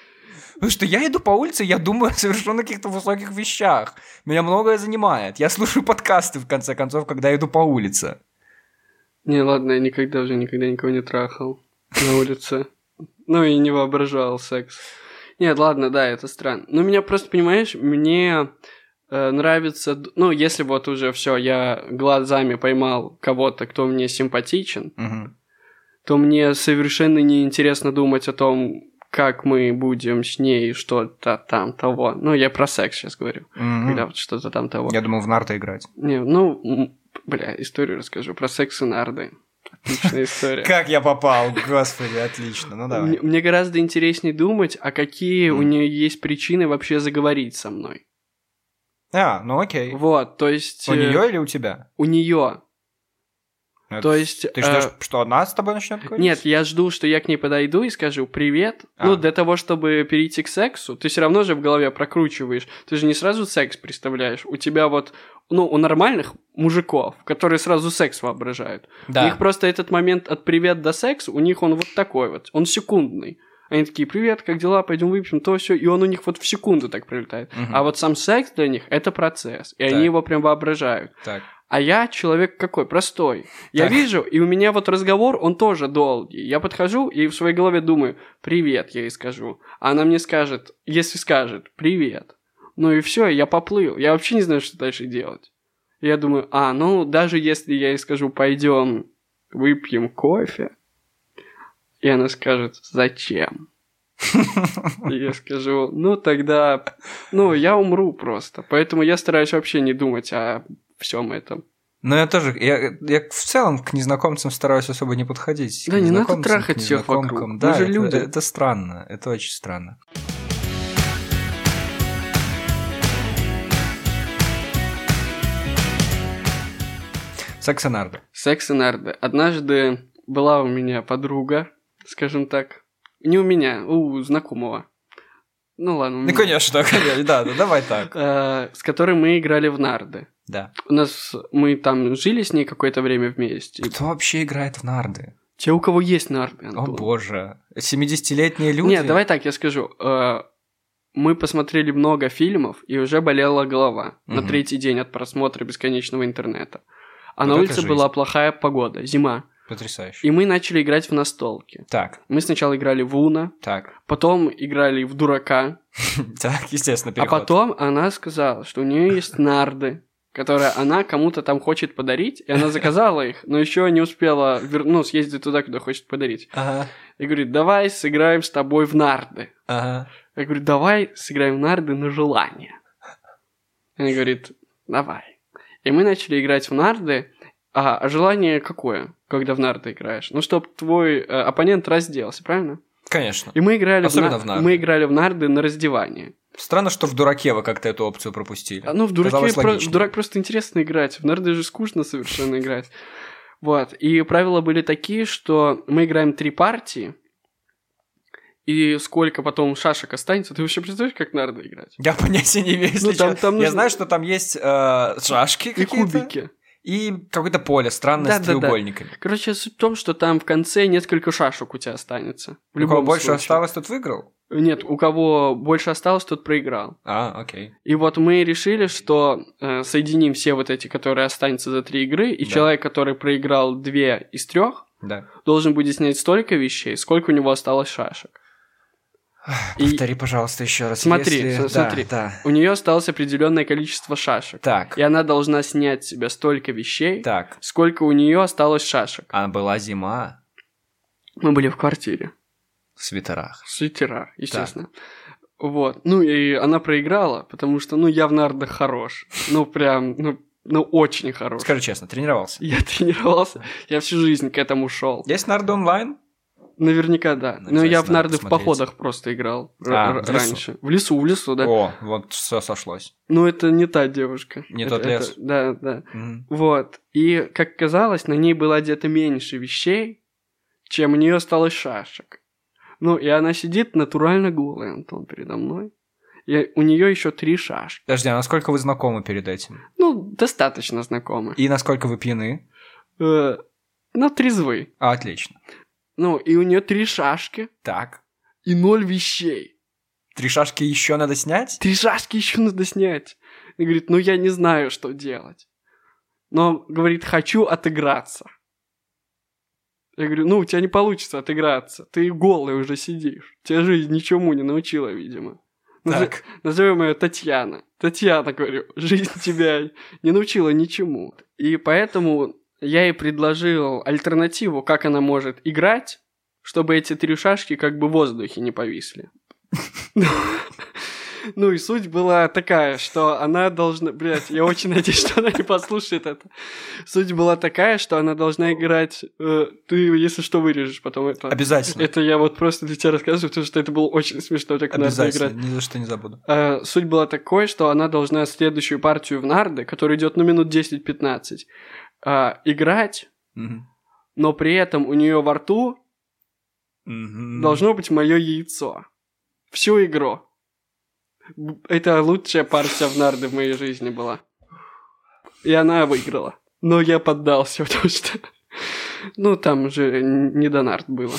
[SPEAKER 1] Потому что я иду по улице, я думаю о совершенно каких-то высоких вещах. Меня многое занимает. Я слушаю подкасты, в конце концов, когда иду по улице.
[SPEAKER 2] Не, ладно, я никогда уже никогда никого не трахал на улице. Ну и не воображал секс. Нет, ладно, да, это странно. Но меня просто, понимаешь, мне э, нравится... д- Ну, если вот уже все, я глазами поймал кого-то, кто мне симпатичен, то мне совершенно неинтересно думать о том, как мы будем с ней что-то там того. Ну, я про секс сейчас говорю. Когда вот что-то там того.
[SPEAKER 1] Я думал в нарты играть.
[SPEAKER 2] Не, ну, м, бля, историю расскажу про секс и нарды. Отличная история.
[SPEAKER 1] Как я попал, господи, отлично. Ну
[SPEAKER 2] Мне, мне гораздо интереснее думать, а какие у
[SPEAKER 1] Мгм.
[SPEAKER 2] нее есть причины вообще заговорить со мной.
[SPEAKER 1] А, ну окей.
[SPEAKER 2] Вот, то есть...
[SPEAKER 1] У
[SPEAKER 2] э,
[SPEAKER 1] нее или у тебя?
[SPEAKER 2] У нее.
[SPEAKER 1] Это-
[SPEAKER 2] То есть...
[SPEAKER 1] Ты
[SPEAKER 2] э,
[SPEAKER 1] ждешь, что она с тобой начнет говорить?
[SPEAKER 2] Нет, я жду, что я к ней подойду и скажу привет.
[SPEAKER 1] А.
[SPEAKER 2] Ну, для того, чтобы перейти к сексу, ты все равно же в голове прокручиваешь. Ты же не сразу секс представляешь. У тебя вот, ну, у нормальных мужиков, которые сразу секс воображают. У них
[SPEAKER 1] Да.
[SPEAKER 2] просто этот момент от привет до секса, у них он вот такой вот, он секундный. Они такие, привет, как дела, пойдем выпьем, то все, и он у них вот в секунду так прилетает.
[SPEAKER 1] Мгм.
[SPEAKER 2] А вот сам секс для них это процесс, и
[SPEAKER 1] Так.
[SPEAKER 2] они его прям воображают.
[SPEAKER 1] Так.
[SPEAKER 2] А я человек какой? Простой. Я
[SPEAKER 1] Так.
[SPEAKER 2] вижу, и у меня вот разговор, он тоже долгий. Я подхожу и в своей голове думаю, привет, я ей скажу. А она мне скажет, если скажет, привет. Ну и все, я поплыл. Я вообще не знаю, что дальше делать. Я думаю, а, ну даже если я ей скажу, пойдем выпьем кофе. И она скажет, зачем? И я скажу, ну тогда, ну я умру просто. Поэтому я стараюсь вообще не думать о всем этом.
[SPEAKER 1] Но Ну, я тоже, я, я в целом к незнакомцам стараюсь особо не подходить.
[SPEAKER 2] Да,
[SPEAKER 1] К
[SPEAKER 2] не надо
[SPEAKER 1] незнакомцам,
[SPEAKER 2] трахать
[SPEAKER 1] к
[SPEAKER 2] всех вокруг.
[SPEAKER 1] незнакомкам.
[SPEAKER 2] Мы
[SPEAKER 1] Да,
[SPEAKER 2] же
[SPEAKER 1] это-
[SPEAKER 2] люди.
[SPEAKER 1] это странно, это очень странно. Секс и нарды.
[SPEAKER 2] Секс и нарды. Однажды была у меня подруга, скажем так. Не у меня, у знакомого. Ну ладно, у меня.
[SPEAKER 1] Ну, конечно, конечно, да, да, давай так.
[SPEAKER 2] Э, С которой мы играли в нарды.
[SPEAKER 1] Да.
[SPEAKER 2] У нас мы там жили с ней какое-то время вместе. И
[SPEAKER 1] Кто вообще играет в нарды?
[SPEAKER 2] Те, у кого есть нарды,
[SPEAKER 1] О
[SPEAKER 2] Антон.
[SPEAKER 1] боже, 70-летние люди?
[SPEAKER 2] Нет, давай так, я скажу. Э, Мы посмотрели много фильмов, и уже болела голова на
[SPEAKER 1] Мгм.
[SPEAKER 2] третий день от просмотра бесконечного интернета. А
[SPEAKER 1] Вот
[SPEAKER 2] на
[SPEAKER 1] это
[SPEAKER 2] улице
[SPEAKER 1] жизнь.
[SPEAKER 2] была плохая погода, зима.
[SPEAKER 1] Потрясающе.
[SPEAKER 2] И мы начали играть в настолки.
[SPEAKER 1] Так,
[SPEAKER 2] Мы сначала играли в Уна,
[SPEAKER 1] так,
[SPEAKER 2] потом играли в Дурака,
[SPEAKER 1] так, естественно,
[SPEAKER 2] а
[SPEAKER 1] переход.
[SPEAKER 2] потом она сказала, что у нее есть нарды, которые она кому-то там хочет подарить, и она заказала их, но еще не успела вер... ну, съездить туда, куда хочет подарить.
[SPEAKER 1] Ага,
[SPEAKER 2] И говорит, давай сыграем с тобой в нарды.
[SPEAKER 1] ага.
[SPEAKER 2] Я говорю, давай сыграем в нарды на желание. Она говорит, давай. И мы начали играть в нарды. А, а желание какое, когда в нарды играешь? Ну, чтобы твой э, оппонент разделся, правильно?
[SPEAKER 1] Конечно.
[SPEAKER 2] И мы играли,
[SPEAKER 1] Особенно
[SPEAKER 2] на-
[SPEAKER 1] в нарды.
[SPEAKER 2] мы играли в нарды на раздевание.
[SPEAKER 1] Странно, что в дураке вы как-то эту опцию пропустили.
[SPEAKER 2] А, Ну, в, дураке
[SPEAKER 1] Казалось
[SPEAKER 2] про- в
[SPEAKER 1] логично.
[SPEAKER 2] дурак просто интересно играть, в нарды же скучно совершенно играть. Вот, и правила были такие, что мы играем три партии, и сколько потом шашек останется, ты вообще представляешь, как в нарды играть?
[SPEAKER 1] Я понятия не имею, если
[SPEAKER 2] Ну, там-
[SPEAKER 1] честно.
[SPEAKER 2] там
[SPEAKER 1] Я
[SPEAKER 2] нужно-
[SPEAKER 1] знаю, что там есть э, шашки
[SPEAKER 2] И
[SPEAKER 1] какие-то.
[SPEAKER 2] кубики.
[SPEAKER 1] И какое-то поле странное с
[SPEAKER 2] Да-да-да.
[SPEAKER 1] треугольниками.
[SPEAKER 2] Короче, суть в том, что там в конце несколько шашек у тебя останется. В
[SPEAKER 1] У кого
[SPEAKER 2] любом
[SPEAKER 1] больше
[SPEAKER 2] случае.
[SPEAKER 1] осталось, тот выиграл?
[SPEAKER 2] Нет, у кого больше осталось, тот проиграл.
[SPEAKER 1] А, окей.
[SPEAKER 2] И вот мы решили, что э, соединим все вот эти, которые останутся за три игры, и
[SPEAKER 1] Да.
[SPEAKER 2] человек, который проиграл две из трех,
[SPEAKER 1] Да.
[SPEAKER 2] должен будет снять столько вещей, сколько у него осталось шашек. И
[SPEAKER 1] Повтори, пожалуйста, еще раз.
[SPEAKER 2] Смотри,
[SPEAKER 1] если-
[SPEAKER 2] с-
[SPEAKER 1] да,
[SPEAKER 2] смотри.
[SPEAKER 1] Да.
[SPEAKER 2] у нее осталось определенное количество шашек.
[SPEAKER 1] Так,
[SPEAKER 2] И она должна снять с себя столько вещей,
[SPEAKER 1] так.
[SPEAKER 2] сколько у нее осталось шашек.
[SPEAKER 1] А была зима
[SPEAKER 2] Мы были в квартире.
[SPEAKER 1] в свитерах.
[SPEAKER 2] Свитера, естественно. Вот. Ну и она проиграла, потому что, ну, я в нардах хорош. Ну, прям, ну, ну очень хорош.
[SPEAKER 1] Скажи честно, тренировался?
[SPEAKER 2] Я тренировался, я всю жизнь к этому шел.
[SPEAKER 1] Есть нарды онлайн?
[SPEAKER 2] Наверняка, да. Но я в
[SPEAKER 1] Ну, Обязательно надо
[SPEAKER 2] нарды в
[SPEAKER 1] посмотреть.
[SPEAKER 2] походах просто играл р-
[SPEAKER 1] А,
[SPEAKER 2] р-
[SPEAKER 1] в лесу?
[SPEAKER 2] раньше. В лесу, в лесу, да.
[SPEAKER 1] О, вот все сошлось.
[SPEAKER 2] Но Ну, это не та девушка.
[SPEAKER 1] Не
[SPEAKER 2] Это-
[SPEAKER 1] тот
[SPEAKER 2] это-
[SPEAKER 1] лес.
[SPEAKER 2] да, да.
[SPEAKER 1] Мгм.
[SPEAKER 2] Вот. И, как казалось, на ней было одето меньше вещей, чем у нее осталось шашек. Ну, и она сидит натурально голая, Антон, передо мной. И у нее еще три шашки.
[SPEAKER 1] Подожди, а насколько вы знакомы перед этим?
[SPEAKER 2] Ну, достаточно знакомых.
[SPEAKER 1] И насколько вы пьяны?
[SPEAKER 2] Э, ну, трезвы.
[SPEAKER 1] А, отлично.
[SPEAKER 2] Ну, и у нее три шашки
[SPEAKER 1] Так.
[SPEAKER 2] и ноль вещей.
[SPEAKER 1] Три шашки еще надо снять?
[SPEAKER 2] Три шашки еще надо снять. И говорит, ну, я не знаю, что делать. Но, говорит, хочу отыграться. Я говорю, ну, у тебя не получится отыграться. Ты голый уже сидишь. Тебя жизнь ничему не научила, видимо. Ну,
[SPEAKER 1] Так.
[SPEAKER 2] Назовем ее Татьяна. Татьяна, говорю, жизнь тебя не научила ничему. И поэтому я ей предложил альтернативу, как она может играть, чтобы эти три шашки как бы в воздухе не повисли. Ну и суть была такая, что она должна... Блять, я очень надеюсь, что она не послушает это. Суть была такая, что она должна играть... э, ты, если что, вырежешь потом это.
[SPEAKER 1] Обязательно.
[SPEAKER 2] Это я вот просто для тебя рассказываю, потому что это было очень смешно, так надо играть.
[SPEAKER 1] Обязательно. Ни за что не забуду.
[SPEAKER 2] Э, суть была такой, что она должна следующую партию в нарды, которая идет ну минут 10-15, э, играть,
[SPEAKER 1] Мгм.
[SPEAKER 2] но при этом у нее во рту
[SPEAKER 1] Мгм.
[SPEAKER 2] должно быть мое яйцо. Всю игру. Б- Это лучшая партия в нарды в моей жизни была. И она выиграла. Но я поддался, потому что... Ну, там уже н- не до нард было.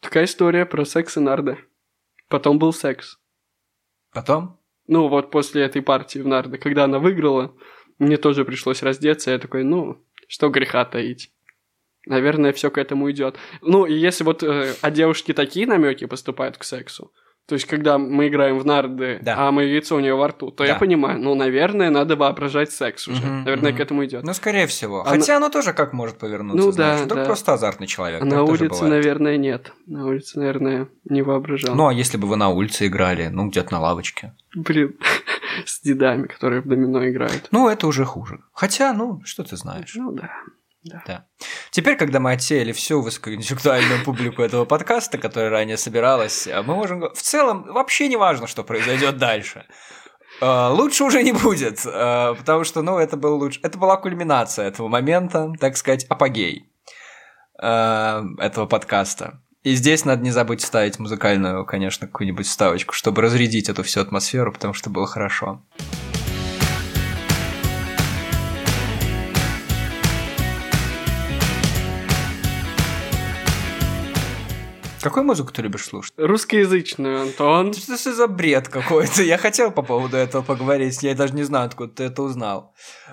[SPEAKER 2] Такая история про секс и нарды. Потом был секс.
[SPEAKER 1] Потом?
[SPEAKER 2] Ну, вот после этой партии в нарды, когда она выиграла, мне тоже пришлось раздеться. Я такой, ну, что греха таить. а Наверное, все к этому идет. Ну, и если вот э, от девушки такие намеки поступают к сексу, То есть, когда мы играем в нарды,
[SPEAKER 1] Да.
[SPEAKER 2] а мое яйцо у нее во рту, то я
[SPEAKER 1] Да.
[SPEAKER 2] понимаю, ну, наверное, надо воображать секс уже.
[SPEAKER 1] Мгм,
[SPEAKER 2] наверное,
[SPEAKER 1] мгм.
[SPEAKER 2] к этому идет.
[SPEAKER 1] Ну, скорее всего.
[SPEAKER 2] Она-
[SPEAKER 1] Хотя оно тоже как может повернуться,
[SPEAKER 2] Ну
[SPEAKER 1] знаешь.
[SPEAKER 2] да,
[SPEAKER 1] Вдруг
[SPEAKER 2] да.
[SPEAKER 1] просто азартный человек.
[SPEAKER 2] а на
[SPEAKER 1] так тоже
[SPEAKER 2] улице,
[SPEAKER 1] бывает.
[SPEAKER 2] наверное, нет. На улице, наверное, не воображал.
[SPEAKER 1] Ну, а если бы вы на улице играли, ну, где-то на лавочке.
[SPEAKER 2] Блин, с дедами, которые в домино играют.
[SPEAKER 1] Ну, это уже хуже. Хотя, ну, что ты знаешь.
[SPEAKER 2] Ну да.
[SPEAKER 1] Теперь, когда мы отсеяли всю высокоинтеллектуальную публику этого подкаста, которая ранее собиралась, э, мы можем... го- В целом, вообще не важно, что произойдет дальше. Э, Лучше уже не будет, э, потому что, ну, это был луч- это была кульминация этого момента, так сказать, апогей э, этого подкаста. И здесь надо не забыть вставить музыкальную, конечно, какую-нибудь вставочку, чтобы разрядить эту всю атмосферу, потому что было хорошо. Какую музыку ты любишь слушать?
[SPEAKER 2] Русскоязычную, Антон.
[SPEAKER 1] Что это за бред какой-то? Я хотел по поводу этого поговорить, я даже не знаю, откуда ты это узнал.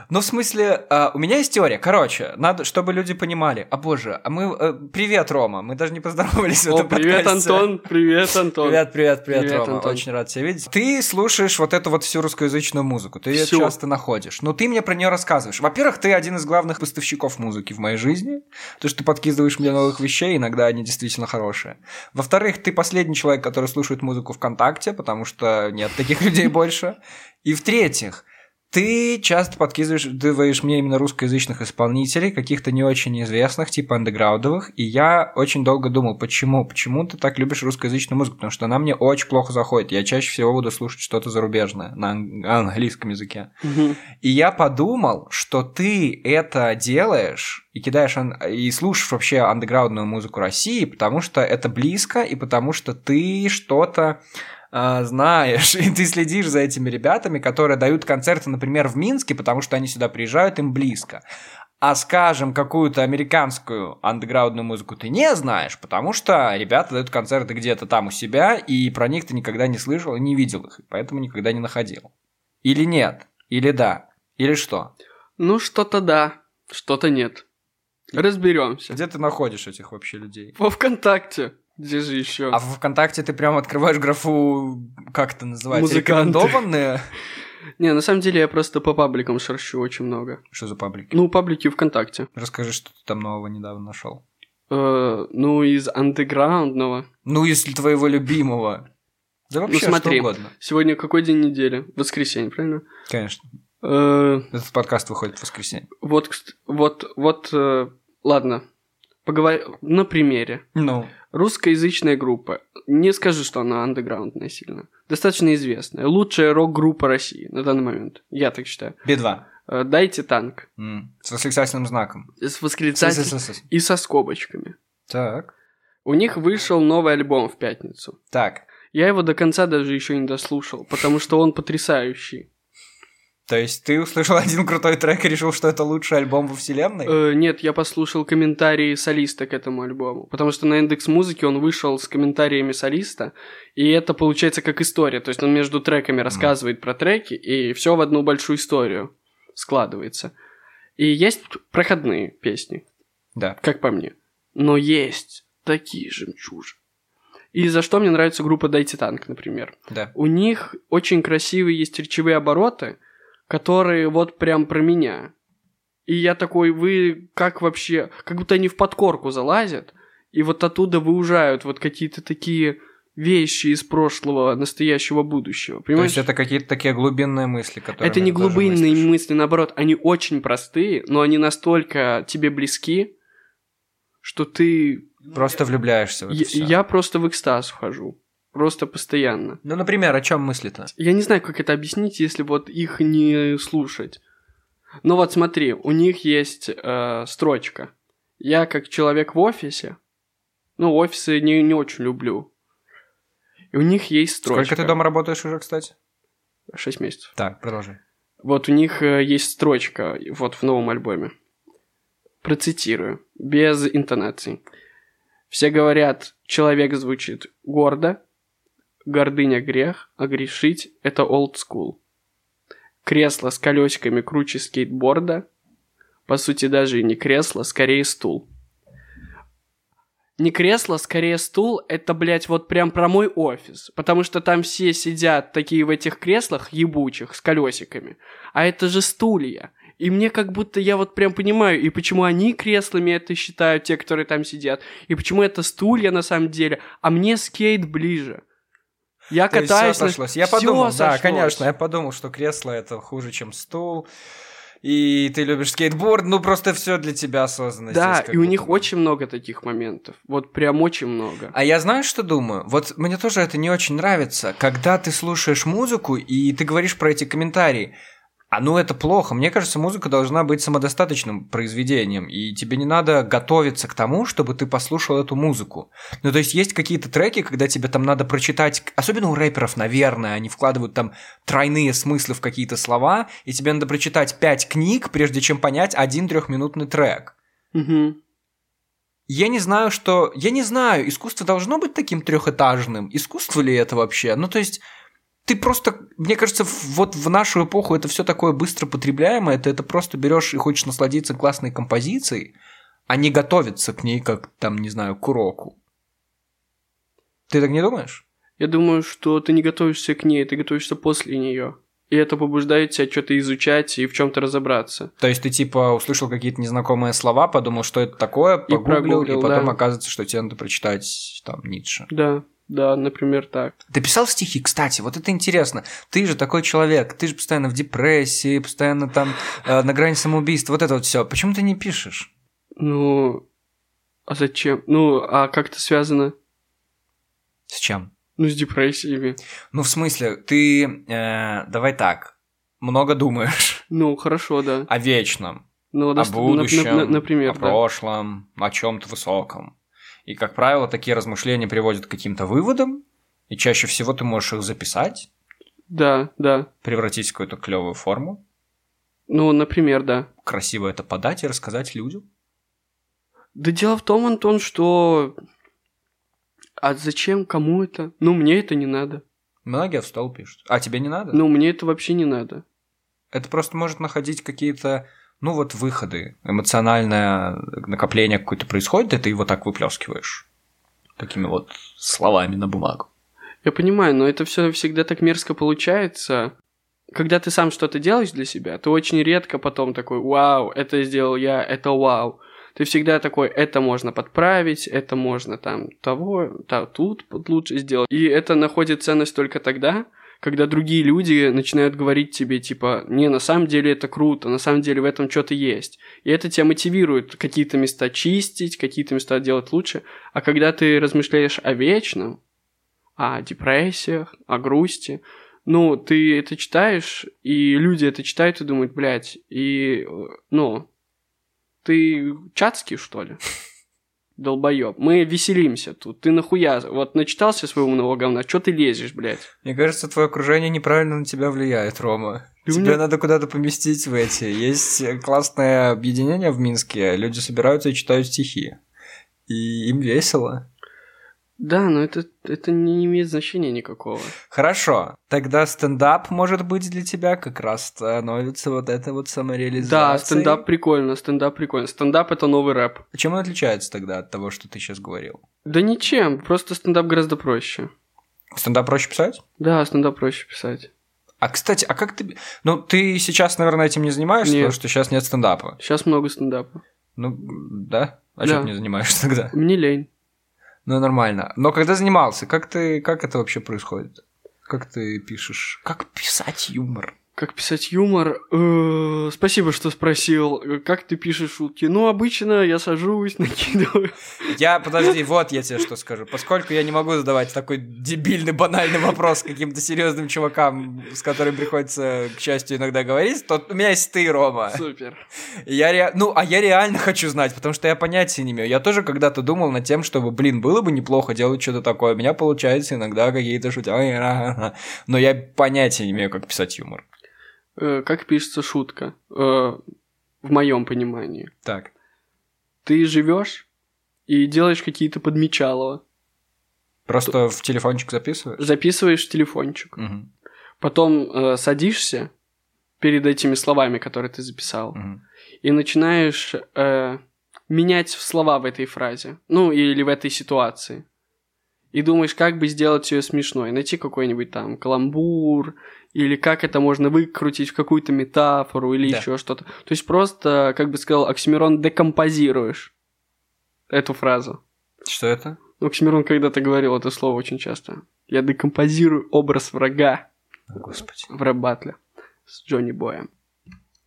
[SPEAKER 1] Но в смысле, а, у меня есть теория. Короче, надо, чтобы люди понимали. А боже, а мы... э, привет, Рома, мы даже не поздоровались в
[SPEAKER 2] О,
[SPEAKER 1] этом
[SPEAKER 2] привет,
[SPEAKER 1] подкасте.
[SPEAKER 2] Антон. Привет, Антон.
[SPEAKER 1] Привет, привет, привет,
[SPEAKER 2] Привет,
[SPEAKER 1] Рома.
[SPEAKER 2] Антон.
[SPEAKER 1] Очень рад тебя видеть. Ты слушаешь вот эту вот всю русскоязычную музыку. Ты ее
[SPEAKER 2] Всю.
[SPEAKER 1] часто находишь. Но ты мне про нее рассказываешь. Во-первых, ты один из главных поставщиков музыки в моей жизни. То, что ты подкидываешь мне новых вещей, иногда они действительно хорошие. Во-вторых, ты последний человек, который слушает музыку ВКонтакте, потому что нет таких людей больше. И в-третьих, ты часто подкидываешь мне именно русскоязычных исполнителей, каких-то не очень известных, типа андеграундовых, и я очень долго думал, почему, почему ты так любишь русскоязычную музыку, потому что она мне очень плохо заходит, я чаще всего буду слушать что-то зарубежное на ан- английском языке.
[SPEAKER 2] Мгм.
[SPEAKER 1] И я подумал, что ты это делаешь и кидаешь ан- и слушаешь вообще андеграундную музыку России, потому что это близко и потому что ты что-то а, знаешь, и ты следишь за этими ребятами, которые дают концерты, например, в Минске, потому что они сюда приезжают, им близко. А скажем, какую-то американскую андеграундную музыку ты не знаешь, потому что ребята дают концерты где-то там у себя, и про них ты никогда не слышал и не видел их, и поэтому никогда не находил. Или нет, или да, или что?
[SPEAKER 2] Ну, что-то да, что-то нет. Разберемся.
[SPEAKER 1] Где ты находишь этих вообще людей?
[SPEAKER 2] Во ВКонтакте. Где же еще?
[SPEAKER 1] А в ВКонтакте ты прям открываешь графу, как это называется,
[SPEAKER 2] Музыканты.
[SPEAKER 1] рекомендованные?
[SPEAKER 2] Не, на самом деле я просто по пабликам шерщу очень много.
[SPEAKER 1] Что за паблики?
[SPEAKER 2] Ну, паблики ВКонтакте.
[SPEAKER 1] Расскажи, что ты там нового недавно нашел.
[SPEAKER 2] Э, ну, из андеграундного.
[SPEAKER 1] Ну, если твоего любимого. Да вообще
[SPEAKER 2] Ну, смотри.
[SPEAKER 1] что угодно.
[SPEAKER 2] Сегодня какой день недели? Воскресенье, правильно?
[SPEAKER 1] Конечно.
[SPEAKER 2] Э,
[SPEAKER 1] Этот подкаст выходит в воскресенье.
[SPEAKER 2] вот, кст- вот, вот, э, ладно. Поговор... На примере.
[SPEAKER 1] Ну.
[SPEAKER 2] Русскоязычная группа. Не скажу, что она андеграундная сильно. Достаточно известная. Лучшая рок-группа России на данный момент. Я так считаю.
[SPEAKER 1] Би-2.
[SPEAKER 2] Э, Дайте танк.
[SPEAKER 1] М, С восклицательным знаком.
[SPEAKER 2] С восклицательным
[SPEAKER 1] С-с-с-с.
[SPEAKER 2] и со скобочками.
[SPEAKER 1] Так.
[SPEAKER 2] У них вышел новый альбом в пятницу.
[SPEAKER 1] Так.
[SPEAKER 2] Я его до конца даже еще не дослушал, потому что он потрясающий.
[SPEAKER 1] То есть ты услышал один крутой трек и решил, что это лучший альбом во вселенной?
[SPEAKER 2] Э, нет, я послушал комментарии солиста к этому альбому, потому что на индекс музыки он вышел с комментариями солиста, и это получается как история, то есть он между треками рассказывает про треки, и все в одну большую историю складывается. И есть проходные песни,
[SPEAKER 1] Да.
[SPEAKER 2] как по мне, но есть такие жемчужи. И за что мне нравится группа Дайте Танк, например.
[SPEAKER 1] Да.
[SPEAKER 2] У них очень красивые есть речевые обороты, которые вот прям про меня. И я такой, вы как вообще... Как будто они в подкорку залазят, и вот оттуда выужают вот какие-то такие вещи из прошлого, настоящего, будущего.
[SPEAKER 1] То
[SPEAKER 2] Понимаешь?
[SPEAKER 1] есть это какие-то такие глубинные мысли, которые...
[SPEAKER 2] Это не глубинные мысли, наоборот, они очень простые, но они настолько тебе близки, что ты...
[SPEAKER 1] Просто влюбляешься в это
[SPEAKER 2] Ну, Я,
[SPEAKER 1] всё.
[SPEAKER 2] я просто в экстаз вхожу. Просто постоянно.
[SPEAKER 1] Ну, например, о чем мысли-то?
[SPEAKER 2] Я не знаю, как это объяснить, если вот их не слушать. Но вот смотри, у них есть э, строчка. Я как человек в офисе, ну, офисы не, не очень люблю. И у них есть строчка.
[SPEAKER 1] Сколько ты дома работаешь уже, кстати?
[SPEAKER 2] Шесть месяцев.
[SPEAKER 1] Так, продолжи.
[SPEAKER 2] Вот у них э, есть строчка вот в новом альбоме. Процитирую, без интонаций. Все говорят, человек звучит гордо, гордыня грех, а грешить – это old school. Кресло с колесиками круче скейтборда, по сути даже и не кресло, скорее стул. не кресло, скорее стул, это, блядь, вот прям про мой офис. Потому что там все сидят такие в этих креслах ебучих с колесиками. А это же стулья. И мне как будто я вот прям понимаю, и почему они креслами это считают, те, которые там сидят, и почему это стулья на самом деле, а мне скейт ближе. Я
[SPEAKER 1] То есть
[SPEAKER 2] катаюсь
[SPEAKER 1] всё
[SPEAKER 2] на...
[SPEAKER 1] сошлось. Я
[SPEAKER 2] Всё
[SPEAKER 1] подумал, да,
[SPEAKER 2] сошлось.
[SPEAKER 1] конечно, я подумал, что кресло это хуже, чем стул. И ты любишь скейтборд, ну просто все для тебя создано.
[SPEAKER 2] Да,
[SPEAKER 1] здесь как
[SPEAKER 2] и у
[SPEAKER 1] будто
[SPEAKER 2] них
[SPEAKER 1] бы.
[SPEAKER 2] очень много таких моментов. Вот прям очень много.
[SPEAKER 1] А я знаю, что думаю. Вот мне тоже это не очень нравится, когда ты слушаешь музыку и ты говоришь про эти комментарии. А ну это плохо. Мне кажется, музыка должна быть самодостаточным произведением, и тебе не надо готовиться к тому, чтобы ты послушал эту музыку. Ну то есть есть какие-то треки, когда тебе там надо прочитать, особенно у рэперов, наверное, они вкладывают там тройные смыслы в какие-то слова, и тебе надо прочитать пять книг, прежде чем понять один трехминутный трек.
[SPEAKER 2] Мгм.
[SPEAKER 1] Я не знаю, что... Я не знаю, искусство должно быть таким трехэтажным. Искусство ли это вообще? Ну, то есть, ты просто... Мне кажется, в- вот в нашу эпоху это все такое быстро потребляемое. Ты это просто берешь и хочешь насладиться классной композицией, а не готовиться к ней, как, там, не знаю, к уроку. Ты так не думаешь?
[SPEAKER 2] Я думаю, что ты не готовишься к ней, ты готовишься после нее. И это побуждает тебя что-то изучать и в чем-то разобраться.
[SPEAKER 1] То есть ты типа услышал какие-то незнакомые слова, подумал, что это такое,
[SPEAKER 2] И
[SPEAKER 1] погуглил, и,
[SPEAKER 2] прогуглил,
[SPEAKER 1] потом
[SPEAKER 2] да.
[SPEAKER 1] оказывается, что тебе надо прочитать там Ницше.
[SPEAKER 2] Да, да, например, так.
[SPEAKER 1] Ты писал стихи, кстати, вот это интересно. Ты же такой человек, ты же постоянно в депрессии, постоянно там э, на грани самоубийства, вот это вот все. Почему ты не пишешь?
[SPEAKER 2] Ну, а зачем? Ну, а как это связано?
[SPEAKER 1] С чем?
[SPEAKER 2] Ну, с депрессиями.
[SPEAKER 1] Ну, в смысле, ты, э, давай так, много думаешь
[SPEAKER 2] Ну, хорошо, да.
[SPEAKER 1] о вечном,
[SPEAKER 2] Ну,
[SPEAKER 1] о
[SPEAKER 2] доста- нап-
[SPEAKER 1] будущем,
[SPEAKER 2] нап- например,
[SPEAKER 1] о
[SPEAKER 2] да.
[SPEAKER 1] прошлом, о чем-то высоком. И, как правило, такие размышления приводят к каким-то выводам, и чаще всего ты можешь их записать,
[SPEAKER 2] Да, да.
[SPEAKER 1] превратить в какую-то клевую форму,
[SPEAKER 2] Ну, например, да.
[SPEAKER 1] красиво это подать и рассказать людям.
[SPEAKER 2] Да дело в том, Антон, что... А зачем кому это? Ну, мне это не надо.
[SPEAKER 1] Многие в стол пишут. А тебе не надо?
[SPEAKER 2] Ну, мне это вообще не надо.
[SPEAKER 1] Это просто может находить какие-то, ну вот, выходы. Эмоциональное накопление какое-то происходит, и ты его так выплескиваешь. Такими вот словами на бумагу.
[SPEAKER 2] Я понимаю, но это все всегда так мерзко получается. Когда ты сам что-то делаешь для себя, ты очень редко потом такой «Вау, это сделал я, это вау». Ты всегда такой «Это можно подправить, это можно там того, та, тут под- лучше сделать». И это находит ценность только тогда, когда другие люди начинают говорить тебе, типа, не, на самом деле это круто, на самом деле в этом что-то есть. И это тебя мотивирует какие-то места чистить, какие-то места делать лучше. А когда ты размышляешь о вечном, о депрессиях, о грусти. Ну, ты это читаешь, и люди это читают и думают, блядь, и, э, ну, ты чацкий, что ли? Долбоеб. Мы веселимся тут. Ты нахуя? Вот начитался своего умного говна, что ты лезешь, блядь?
[SPEAKER 1] Мне кажется, твое окружение неправильно на тебя влияет, Рома.
[SPEAKER 2] Ты у
[SPEAKER 1] тебя
[SPEAKER 2] меня-
[SPEAKER 1] надо куда-то поместить в эти. Есть э, классное объединение в Минске. Люди собираются и читают стихи. И им весело.
[SPEAKER 2] Да, но это, это не имеет значения никакого.
[SPEAKER 1] Хорошо. Тогда стендап, может быть, для тебя как раз становится вот это вот самореализация.
[SPEAKER 2] Да, стендап прикольно, стендап прикольно. Стендап это новый рэп.
[SPEAKER 1] Чем он отличается тогда от того, что ты сейчас говорил?
[SPEAKER 2] Да ничем, просто стендап гораздо проще.
[SPEAKER 1] Стендап проще писать?
[SPEAKER 2] Да, стендап проще писать.
[SPEAKER 1] А, кстати, а как ты... Ну, ты сейчас, наверное, этим не занимаешься,
[SPEAKER 2] Нет.
[SPEAKER 1] потому что сейчас нет стендапа.
[SPEAKER 2] Сейчас много стендапа.
[SPEAKER 1] Ну, да? А
[SPEAKER 2] Да.
[SPEAKER 1] чё ты не занимаешься тогда?
[SPEAKER 2] Мне лень.
[SPEAKER 1] Ну, нормально. Но когда занимался, как ты... Как это вообще происходит? Как ты пишешь? Как писать юмор?
[SPEAKER 2] Как писать юмор? Э, Спасибо, что спросил. Э, Как ты пишешь шутки? Ну, обычно я сажусь, накидываю.
[SPEAKER 1] Я, подожди, вот я тебе что скажу. Поскольку я не могу задавать такой дебильный, банальный вопрос каким-то серьезным чувакам, с которыми приходится, к счастью, иногда говорить, то у меня есть ты, Рома.
[SPEAKER 2] Супер.
[SPEAKER 1] Я ре... Ну, а я реально хочу знать, потому что я понятия не имею. Я тоже когда-то думал над тем, чтобы, блин, было бы неплохо делать что-то такое. У меня получается иногда какие-то шутки. Ай, а, а, а. Но я понятия не имею, как писать юмор.
[SPEAKER 2] Э, Как пишется шутка? Э, В моем понимании.
[SPEAKER 1] Так.
[SPEAKER 2] Ты живешь и делаешь какие-то подмечалово.
[SPEAKER 1] Просто в телефончик записываешь?
[SPEAKER 2] Записываешь в телефончик.
[SPEAKER 1] Мгм,
[SPEAKER 2] Потом э, садишься перед этими словами, которые ты записал,
[SPEAKER 1] мгм.
[SPEAKER 2] и начинаешь э, менять слова в этой фразе, ну или в этой ситуации. И думаешь, как бы сделать ее смешной, найти какой-нибудь там каламбур, или как это можно выкрутить в какую-то метафору, или
[SPEAKER 1] Да.
[SPEAKER 2] еще что-то. То есть просто, как бы сказал Оксимирон, декомпозируешь эту фразу.
[SPEAKER 1] Что это?
[SPEAKER 2] Ну, Оксимирон когда-то говорил это слово очень часто. Я декомпозирую образ врага
[SPEAKER 1] Господи.
[SPEAKER 2] в рэп-батле с Джонни Боем.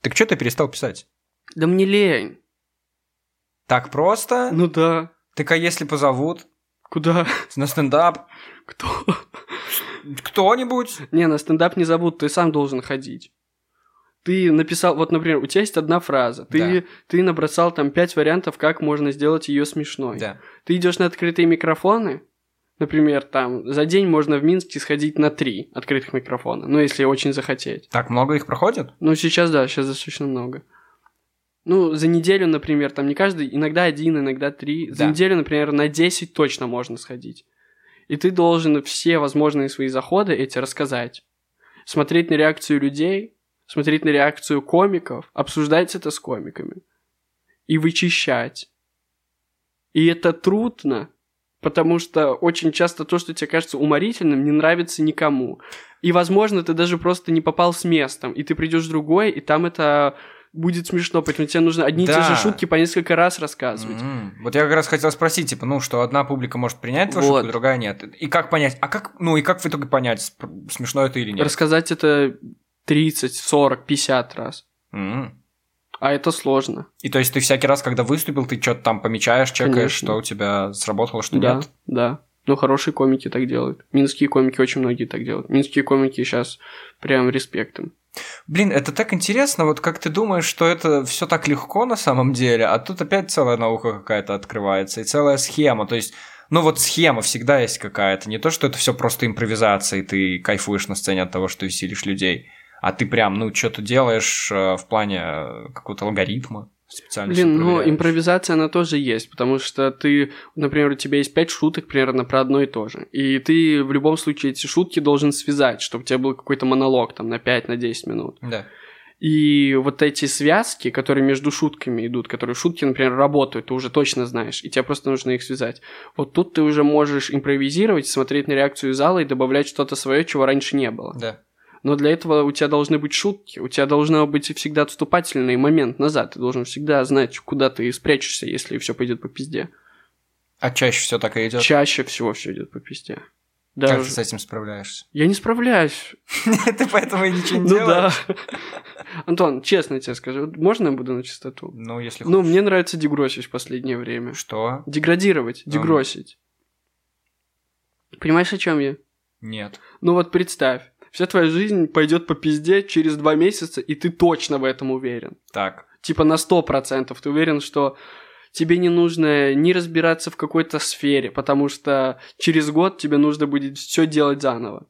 [SPEAKER 1] Так что ты перестал писать?
[SPEAKER 2] Да мне лень.
[SPEAKER 1] Так просто?
[SPEAKER 2] Ну да.
[SPEAKER 1] Так а если позовут
[SPEAKER 2] Куда?
[SPEAKER 1] на стендап
[SPEAKER 2] Кто?
[SPEAKER 1] кто-нибудь?
[SPEAKER 2] Не, на стендап не зовут, ты сам должен ходить. Ты написал, вот, например, у тебя есть одна фраза, ты, ты набросал там пять вариантов, как можно сделать ее смешной.
[SPEAKER 1] Да.
[SPEAKER 2] Ты идешь на открытые микрофоны, например, там за день можно в Минске сходить на три открытых микрофона, ну если очень захотеть.
[SPEAKER 1] Так много их проходит?
[SPEAKER 2] Ну сейчас да, сейчас достаточно много. Ну, за неделю, например, там не каждый, иногда один, иногда три. За
[SPEAKER 1] Да.
[SPEAKER 2] неделю, например, на 10 точно можно сходить. И ты должен все возможные свои заходы эти рассказать. Смотреть на реакцию людей, смотреть на реакцию комиков, обсуждать это с комиками. И вычищать. И это трудно, потому что очень часто то, что тебе кажется уморительным, не нравится никому. И, возможно, ты даже просто не попал с местом, и ты придешь в другой, и там это будет смешно, поэтому тебе нужно одни и те
[SPEAKER 1] Да.
[SPEAKER 2] же шутки по несколько раз рассказывать.
[SPEAKER 1] М, Вот я как раз хотел спросить, типа, ну, что одна публика может принять твою
[SPEAKER 2] Вот.
[SPEAKER 1] шутку, другая нет. И как понять? А как, ну, и как в итоге понять, сп- смешно это или нет?
[SPEAKER 2] Рассказать это 30, 40, 50 раз.
[SPEAKER 1] М.
[SPEAKER 2] А это сложно.
[SPEAKER 1] И то есть ты всякий раз, когда выступил, ты что-то там помечаешь, чекаешь,
[SPEAKER 2] Конечно.
[SPEAKER 1] что у тебя сработало, что
[SPEAKER 2] да,
[SPEAKER 1] нет?
[SPEAKER 2] да. Но хорошие комики так делают. Минские комики очень многие так делают. Минские комики сейчас прям респектом.
[SPEAKER 1] Блин, это так интересно, вот как ты думаешь, что это все так легко на самом деле, а тут опять целая наука какая-то открывается и целая схема, то есть, ну вот схема всегда есть какая-то, не то, что это все просто импровизация, и ты кайфуешь на сцене от того, что веселишь людей, а ты прям, ну, что-то делаешь э, в плане э, какого-то алгоритма специально.
[SPEAKER 2] Блин,
[SPEAKER 1] всё
[SPEAKER 2] ну
[SPEAKER 1] проверяешь.
[SPEAKER 2] импровизация, она тоже есть, потому что ты, например, у тебя есть пять шуток примерно про одно и то же, и ты в любом случае эти шутки должен связать, чтобы у тебя был какой-то монолог там на 5-10 минут.
[SPEAKER 1] Да.
[SPEAKER 2] И вот эти связки, которые между шутками идут, которые шутки, например, работают, ты уже точно знаешь, и тебе просто нужно их связать. Вот тут ты уже можешь импровизировать, смотреть на реакцию зала и добавлять что-то свое, чего раньше не было.
[SPEAKER 1] Да.
[SPEAKER 2] Но для этого у тебя должны быть шутки, у тебя должна быть всегда отступательный момент назад, ты должен всегда знать, куда ты спрячешься, если все пойдет по пизде.
[SPEAKER 1] А чаще все так и идет.
[SPEAKER 2] Чаще всего все идет по пизде.
[SPEAKER 1] Как ты
[SPEAKER 2] Даже...
[SPEAKER 1] с этим справляешься?
[SPEAKER 2] Я не справляюсь.
[SPEAKER 1] Ты поэтому и ничего не
[SPEAKER 2] Ну да.
[SPEAKER 1] делаешь?
[SPEAKER 2] Антон, честно тебе скажу, вот можно я буду на чистоту?
[SPEAKER 1] Ну, если
[SPEAKER 2] Ну,
[SPEAKER 1] хочешь.
[SPEAKER 2] мне нравится дегросить в последнее время.
[SPEAKER 1] Что?
[SPEAKER 2] Деградировать,
[SPEAKER 1] Ага.
[SPEAKER 2] дегросить. Понимаешь, о чем я?
[SPEAKER 1] Нет.
[SPEAKER 2] Ну вот представь, вся твоя жизнь пойдет по пизде через два месяца, и ты точно в этом уверен.
[SPEAKER 1] Так.
[SPEAKER 2] Типа на сто процентов ты уверен, что тебе не нужно не разбираться в какой-то сфере, потому что через год тебе нужно будет все делать заново.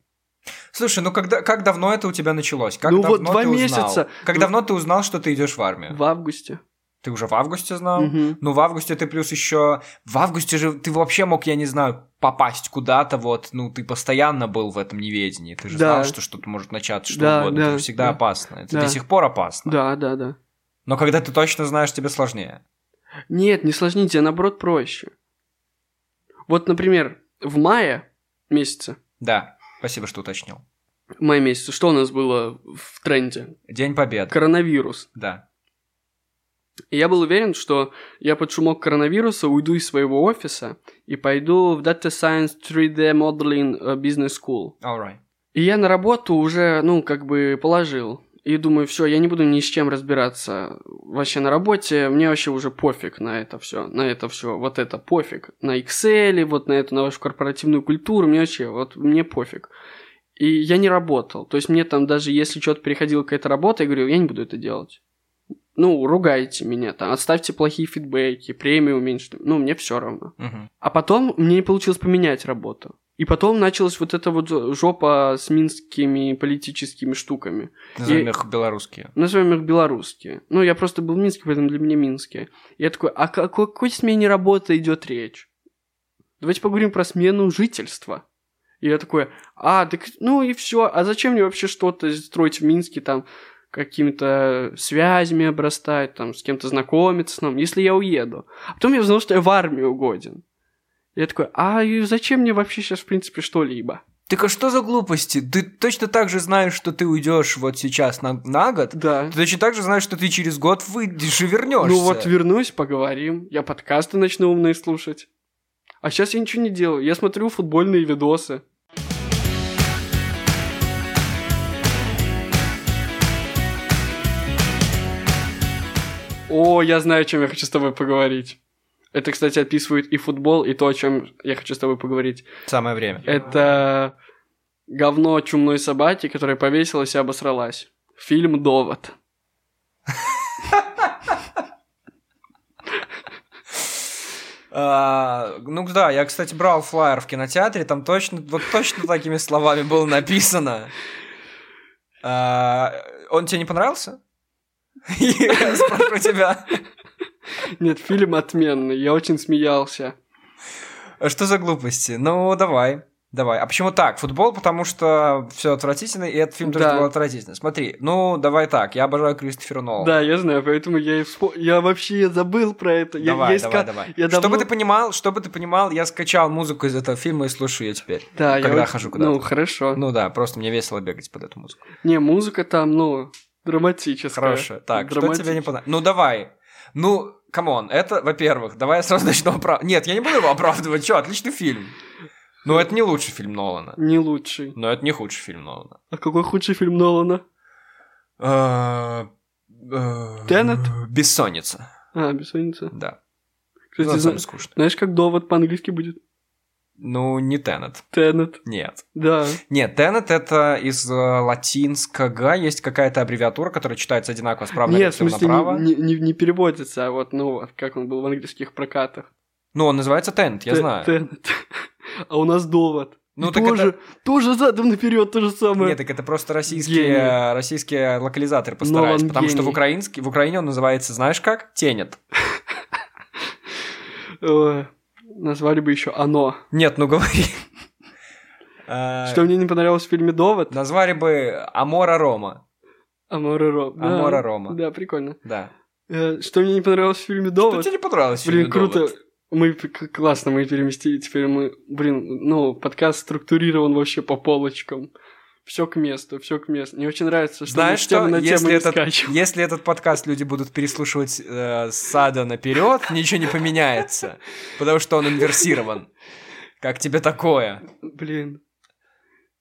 [SPEAKER 1] Слушай, ну когда, как давно это у тебя началось? Как
[SPEAKER 2] Ну
[SPEAKER 1] давно
[SPEAKER 2] вот два
[SPEAKER 1] ты узнал?
[SPEAKER 2] месяца.
[SPEAKER 1] Как
[SPEAKER 2] Ну-
[SPEAKER 1] давно ты узнал, что ты идешь в армию?
[SPEAKER 2] В августе.
[SPEAKER 1] Ты уже в августе знал?
[SPEAKER 2] Мгм.
[SPEAKER 1] Ну, в августе ты плюс еще... В августе же ты вообще мог, я не знаю, попасть куда-то, вот, ну, ты постоянно был в этом неведении. Ты же
[SPEAKER 2] Да.
[SPEAKER 1] знал, что что-то может начаться, что
[SPEAKER 2] Да,
[SPEAKER 1] угодно.
[SPEAKER 2] да,
[SPEAKER 1] это всегда
[SPEAKER 2] да.
[SPEAKER 1] опасно. Это
[SPEAKER 2] Да.
[SPEAKER 1] до сих пор опасно.
[SPEAKER 2] Да, да, да.
[SPEAKER 1] Но когда ты точно знаешь, тебе сложнее.
[SPEAKER 2] Нет, не сложнее, тебе наоборот проще. Вот, например, в мае месяце,
[SPEAKER 1] Да, спасибо, что уточнил.
[SPEAKER 2] в мае месяце, что у нас было в тренде?
[SPEAKER 1] День Победы.
[SPEAKER 2] Коронавирус.
[SPEAKER 1] Да.
[SPEAKER 2] И я был уверен, что я под шумок коронавируса уйду из своего офиса и пойду в Data Science 3D Modeling э, Business School.
[SPEAKER 1] All right.
[SPEAKER 2] И я на работу уже, ну, как бы положил. И думаю, все, я не буду ни с чем разбираться вообще на работе. Мне вообще уже пофиг на это все, на это все, вот это пофиг. На Excel, вот на эту, на вашу корпоративную культуру, мне вообще, вот мне пофиг. И я не работал. То есть мне там даже если что-то переходило какая-то работа, я говорил, я не буду это делать. Ну, ругайте меня там, отставьте плохие фидбэки, премии уменьшите. Ну, мне все равно.
[SPEAKER 1] Мгм.
[SPEAKER 2] А потом мне не получилось поменять работу. И потом началась вот эта вот жопа с минскими политическими штуками.
[SPEAKER 1] Назовем их белорусские.
[SPEAKER 2] Назовем их белорусские. Ну, я просто был в Минске, поэтому для меня минские. Я такой, а о какой смене работы идет речь? Давайте поговорим про смену жительства. И я такой, а, так, ну и все, а зачем мне вообще что-то строить в Минске там? какими-то связями обрастать, там, с кем-то знакомиться, ну, если я уеду. А потом я узнал, что я в армию угоден. Я такой, а и зачем мне вообще сейчас, в принципе, что-либо?
[SPEAKER 1] Так а что за глупости? Ты точно так же знаешь, что ты уйдешь вот сейчас на, на год.
[SPEAKER 2] Да.
[SPEAKER 1] Ты точно так же знаешь, что ты через год выйдешь и вернешься.
[SPEAKER 2] Ну вот вернусь, поговорим. Я подкасты начну умные слушать. А сейчас я ничего не делаю. Я смотрю футбольные видосы. О, я знаю, о чем я хочу с тобой поговорить. Это, кстати, описывает и футбол, и то, о чем я хочу с тобой поговорить.
[SPEAKER 1] Самое время.
[SPEAKER 2] Это говно чумной собаки, которая повесилась и обосралась. Фильм «Довод».
[SPEAKER 1] А, ну да, я, кстати, брал флаер в кинотеатре, там точно, вот точно такими словами было написано. А, он тебе не понравился? Я спрашиваю тебя.
[SPEAKER 2] Нет, фильм отменный, я очень смеялся.
[SPEAKER 1] Что за глупости? Ну, давай. Давай. А почему так? Футбол, потому что все отвратительно, и этот фильм тоже
[SPEAKER 2] Да.
[SPEAKER 1] был отвратительный. Смотри, ну давай так. Я обожаю Кристофера Нолана.
[SPEAKER 2] Да, я знаю, поэтому я и вспо- Я вообще забыл про это. Я-
[SPEAKER 1] Давай,
[SPEAKER 2] я иска-
[SPEAKER 1] давай, давай.
[SPEAKER 2] я давно-
[SPEAKER 1] Чтобы ты понимал, чтобы ты понимал, я скачал музыку из этого фильма и слушаю ее теперь.
[SPEAKER 2] Да, я
[SPEAKER 1] когда
[SPEAKER 2] очень-
[SPEAKER 1] хожу
[SPEAKER 2] Ну,
[SPEAKER 1] куда-то.
[SPEAKER 2] хорошо.
[SPEAKER 1] Ну да, просто мне весело бегать под эту музыку.
[SPEAKER 2] Не, музыка там, ну, драматическая.
[SPEAKER 1] Хорошо. Так, что
[SPEAKER 2] Драматич-
[SPEAKER 1] тебе не понравилось? Ну давай. Ну, камон, это, во-первых, давай я сразу начну оправдывать. Нет, я не буду его оправдывать. Че, отличный фильм. Ну, это не лучший фильм Нолана.
[SPEAKER 2] Не лучший.
[SPEAKER 1] Но это не худший фильм Нолана.
[SPEAKER 2] А какой худший фильм Нолана?
[SPEAKER 1] Э, э,
[SPEAKER 2] Теннет?
[SPEAKER 1] Бессонница.
[SPEAKER 2] А, «Бессонница».
[SPEAKER 1] Да.
[SPEAKER 2] Кстати,
[SPEAKER 1] Ну,
[SPEAKER 2] зна-
[SPEAKER 1] самое скучное.
[SPEAKER 2] знаешь, как довод по-английски будет?
[SPEAKER 1] Ну, не Теннет.
[SPEAKER 2] Тенет.
[SPEAKER 1] Нет.
[SPEAKER 2] Да.
[SPEAKER 1] Нет, Теннет это из э, латинского. Есть какая-то аббревиатура, которая читается одинаково справа
[SPEAKER 2] Нет, в
[SPEAKER 1] налево, слева
[SPEAKER 2] смысле,
[SPEAKER 1] направо.
[SPEAKER 2] не, не- не- не переводится, а вот, ну, вот как он был в английских прокатах.
[SPEAKER 1] Ну, он называется Теннет, я
[SPEAKER 2] Те-
[SPEAKER 1] знаю.
[SPEAKER 2] Тенет. А у нас довод.
[SPEAKER 1] Ну,
[SPEAKER 2] И
[SPEAKER 1] так
[SPEAKER 2] тоже, тоже задом наперед то же самое.
[SPEAKER 1] Нет, так это просто российские,
[SPEAKER 2] Гений.
[SPEAKER 1] российские локализаторы постарались,
[SPEAKER 2] он
[SPEAKER 1] потому что в,
[SPEAKER 2] гений.
[SPEAKER 1] украинске, в Украине он называется, знаешь как? Тенет.
[SPEAKER 2] Ой, назвали бы еще оно.
[SPEAKER 1] Нет, ну говори. Э,
[SPEAKER 2] Что мне не понравилось в фильме Довод?
[SPEAKER 1] Назвали бы Амора Рома.
[SPEAKER 2] Амора Рома.
[SPEAKER 1] Амора Рома.
[SPEAKER 2] Да, прикольно.
[SPEAKER 1] Да.
[SPEAKER 2] Э, Что мне не понравилось в фильме
[SPEAKER 1] Что
[SPEAKER 2] Довод?
[SPEAKER 1] тебе не понравилось? в
[SPEAKER 2] Блин,
[SPEAKER 1] фильме
[SPEAKER 2] круто.
[SPEAKER 1] «Довод»?
[SPEAKER 2] Мы п- к- классно, мы переместили. Теперь мы, блин, ну, подкаст структурирован вообще по полочкам. Все к месту, все к месту. Мне очень нравится, что
[SPEAKER 1] Знаешь
[SPEAKER 2] мы с темы
[SPEAKER 1] что,
[SPEAKER 2] на тему
[SPEAKER 1] если
[SPEAKER 2] не
[SPEAKER 1] этот,
[SPEAKER 2] скачем.
[SPEAKER 1] если этот подкаст люди будут переслушивать э, с сада наперед, ничего не поменяется, потому что он инверсирован. Как тебе такое?
[SPEAKER 2] Блин.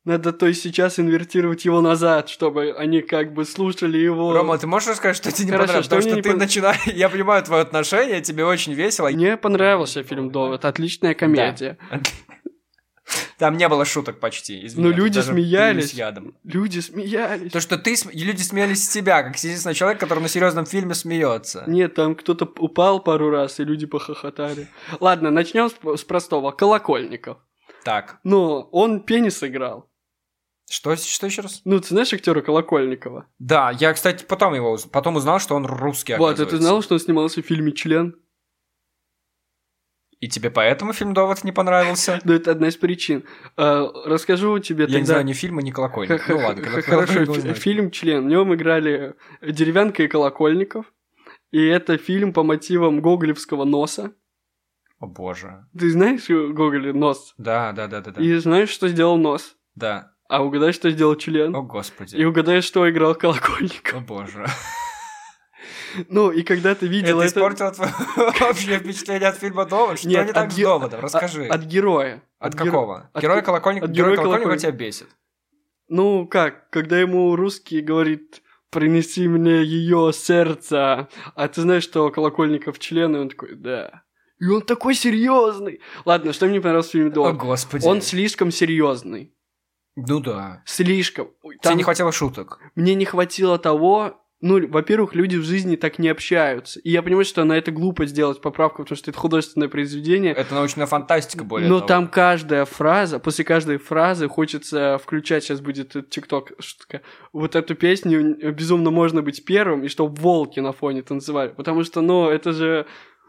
[SPEAKER 2] Надо то есть сейчас инвертировать его назад, чтобы они как бы слушали его.
[SPEAKER 1] Рома, ты можешь рассказать, что тебе не
[SPEAKER 2] Хорошо,
[SPEAKER 1] понравилось?
[SPEAKER 2] что
[SPEAKER 1] Потому
[SPEAKER 2] мне
[SPEAKER 1] что
[SPEAKER 2] не
[SPEAKER 1] ты
[SPEAKER 2] пон-
[SPEAKER 1] начинаешь... Я понимаю твое отношение, тебе очень весело.
[SPEAKER 2] Мне понравился фильм Довод, отличная комедия.
[SPEAKER 1] Там не было шуток почти, извини.
[SPEAKER 2] Ну,
[SPEAKER 1] я тут
[SPEAKER 2] люди
[SPEAKER 1] даже
[SPEAKER 2] смеялись.
[SPEAKER 1] плююсь ядом.
[SPEAKER 2] Люди смеялись.
[SPEAKER 1] То, что ты... см- и Люди смеялись с тебя, как единственный человек, который на серьезном фильме смеется.
[SPEAKER 2] Нет, там кто-то п- упал пару раз, и люди похохотали. Ладно, начнем с, п- с простого. Колокольников.
[SPEAKER 1] Так,
[SPEAKER 2] Ну, он пенис играл.
[SPEAKER 1] что, что еще раз?
[SPEAKER 2] Ну, ты знаешь актера Колокольникова?
[SPEAKER 1] Да, я, кстати, потом его... уз- Потом узнал, что он русский,
[SPEAKER 2] вот, а ты
[SPEAKER 1] оказывается.
[SPEAKER 2] знал, что он снимался в фильме «Член»?
[SPEAKER 1] И тебе поэтому фильм «Довод» не понравился?
[SPEAKER 2] Ну, это одна из причин. Э, расскажу тебе
[SPEAKER 1] Я не
[SPEAKER 2] тогда...
[SPEAKER 1] знаю ни фильма, ни
[SPEAKER 2] Х-
[SPEAKER 1] колокольник.
[SPEAKER 2] х-
[SPEAKER 1] Ну ладно,
[SPEAKER 2] х-
[SPEAKER 1] когда
[SPEAKER 2] Хороший
[SPEAKER 1] «Колокольник»
[SPEAKER 2] фи-
[SPEAKER 1] узнаешь.
[SPEAKER 2] фильм «Член». В нем играли Деревянка и Колокольников. И это фильм по мотивам гоголевского носа.
[SPEAKER 1] О боже.
[SPEAKER 2] Ты знаешь э, Гоголя нос?
[SPEAKER 1] Да, да, да, да, да.
[SPEAKER 2] И знаешь, что сделал нос?
[SPEAKER 1] Да.
[SPEAKER 2] А угадай, что сделал член?
[SPEAKER 1] О господи.
[SPEAKER 2] И угадай, что играл Колокольников.
[SPEAKER 1] О боже.
[SPEAKER 2] Ну, и когда ты видел
[SPEAKER 1] Это
[SPEAKER 2] это...
[SPEAKER 1] испортило твое общее впечатление от фильма «Довод»? Что
[SPEAKER 2] Нет,
[SPEAKER 1] не так
[SPEAKER 2] от
[SPEAKER 1] с
[SPEAKER 2] ге-
[SPEAKER 1] «Доводом»?
[SPEAKER 2] а-
[SPEAKER 1] Расскажи.
[SPEAKER 2] От героя.
[SPEAKER 1] От
[SPEAKER 2] геро-
[SPEAKER 1] какого?
[SPEAKER 2] от
[SPEAKER 1] Герой
[SPEAKER 2] ге-
[SPEAKER 1] колокольника
[SPEAKER 2] от
[SPEAKER 1] герой
[SPEAKER 2] героя
[SPEAKER 1] колокольника
[SPEAKER 2] колокольника.
[SPEAKER 1] тебя бесит.
[SPEAKER 2] Ну, как, когда ему русский говорит «Принеси мне ее сердце», а ты знаешь, что Колокольников член, и он такой «Да». И он такой серьезный. Ладно, что мне понравилось в фильме
[SPEAKER 1] О,
[SPEAKER 2] «Довод»?
[SPEAKER 1] господи.
[SPEAKER 2] Он слишком серьезный.
[SPEAKER 1] Ну да.
[SPEAKER 2] Слишком. Ой,
[SPEAKER 1] Тебе
[SPEAKER 2] там
[SPEAKER 1] не хватило шуток.
[SPEAKER 2] Мне не хватило того... Ну, во-первых, люди в жизни так не общаются. И я понимаю, что на это глупо сделать поправку, потому что это художественное произведение.
[SPEAKER 1] Это научная фантастика более
[SPEAKER 2] Но
[SPEAKER 1] того.
[SPEAKER 2] Ну, там каждая фраза, после каждой фразы хочется включать, сейчас будет этот тикток, шутка, вот эту песню «Безумно можно быть первым», и чтоб волки на фоне танцевали, потому что, ну, это же,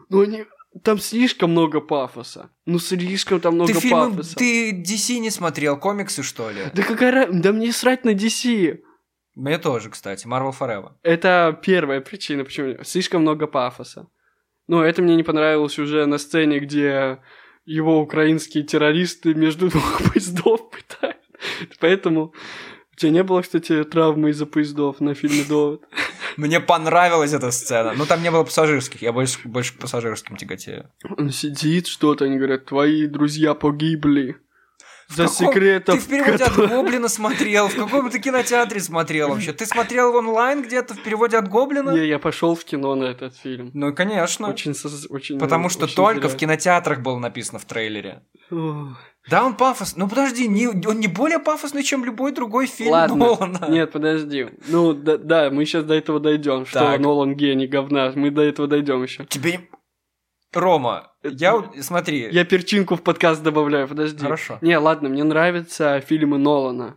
[SPEAKER 2] ну, они, там слишком много пафоса, ну, слишком там много
[SPEAKER 1] ты фильмы,
[SPEAKER 2] пафоса.
[SPEAKER 1] ты DC не смотрел, комиксы что ли?
[SPEAKER 2] Да какая ра- да мне срать на DC,
[SPEAKER 1] Мне тоже, кстати, Marvel Forever.
[SPEAKER 2] Это первая причина, почему слишком много пафоса. Ну, это мне не понравилось уже на сцене, где его украинские террористы между двух поездов пытают. Поэтому у тебя не было, кстати, травмы из-за поездов на фильме «Довод».
[SPEAKER 1] Мне понравилась эта сцена. Ну, там не было пассажирских, я больше, больше к пассажирским тяготею.
[SPEAKER 2] Он сидит что-то, они говорят, твои друзья погибли.
[SPEAKER 1] В
[SPEAKER 2] За
[SPEAKER 1] каком-
[SPEAKER 2] секретов,
[SPEAKER 1] Ты в переводе
[SPEAKER 2] которые-
[SPEAKER 1] от Гоблина смотрел? В каком ты кинотеатре смотрел вообще? Ты смотрел онлайн где-то в переводе от Гоблина?
[SPEAKER 2] Не, я пошел в кино на этот фильм.
[SPEAKER 1] Ну, конечно.
[SPEAKER 2] Очень, сос- очень
[SPEAKER 1] Потому что только в кинотеатрах было написано в трейлере.
[SPEAKER 2] кино.
[SPEAKER 1] Да, он пафос. Ну подожди, не- он не более пафосный, чем любой другой фильм
[SPEAKER 2] Ладно.
[SPEAKER 1] Нолана.
[SPEAKER 2] Нет, подожди. Ну, да, да, мы сейчас до этого дойдем. Что
[SPEAKER 1] Так.
[SPEAKER 2] Нолан гений говна. Мы до этого дойдем еще.
[SPEAKER 1] Тебе... не- Рома, я... вот- Смотри.
[SPEAKER 2] Я перчинку в подкаст добавляю, подожди.
[SPEAKER 1] Хорошо.
[SPEAKER 2] Не, ладно, мне нравятся фильмы Нолана.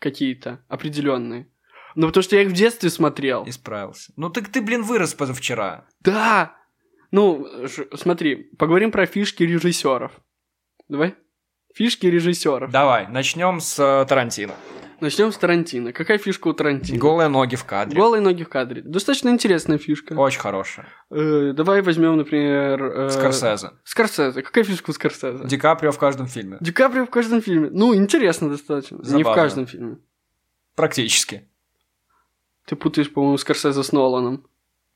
[SPEAKER 2] Какие-то, определенные. Ну, потому что я их в детстве смотрел.
[SPEAKER 1] Исправился. Ну так ты, блин, вырос позавчера.
[SPEAKER 2] Да! Ну, ж- смотри, поговорим про фишки режиссеров. Давай. Фишки режиссеров.
[SPEAKER 1] Давай, начнем с э, Тарантино.
[SPEAKER 2] Начнем с Тарантино. Какая фишка у Тарантино?
[SPEAKER 1] Голые ноги в кадре.
[SPEAKER 2] Типа. Голые ноги в кадре. Достаточно интересная фишка.
[SPEAKER 1] Очень хорошая.
[SPEAKER 2] Э, давай возьмем, например... э,
[SPEAKER 1] Скорсезе.
[SPEAKER 2] Скорсезе. Какая фишка у Скорсезе?
[SPEAKER 1] Ди Каприо в каждом фильме.
[SPEAKER 2] Ди Каприо в каждом фильме. Ну, интересно достаточно. Не в
[SPEAKER 1] Забавно.
[SPEAKER 2] каждом фильме.
[SPEAKER 1] Практически.
[SPEAKER 2] Ты путаешь, по-моему, Скорсезе с Ноланом.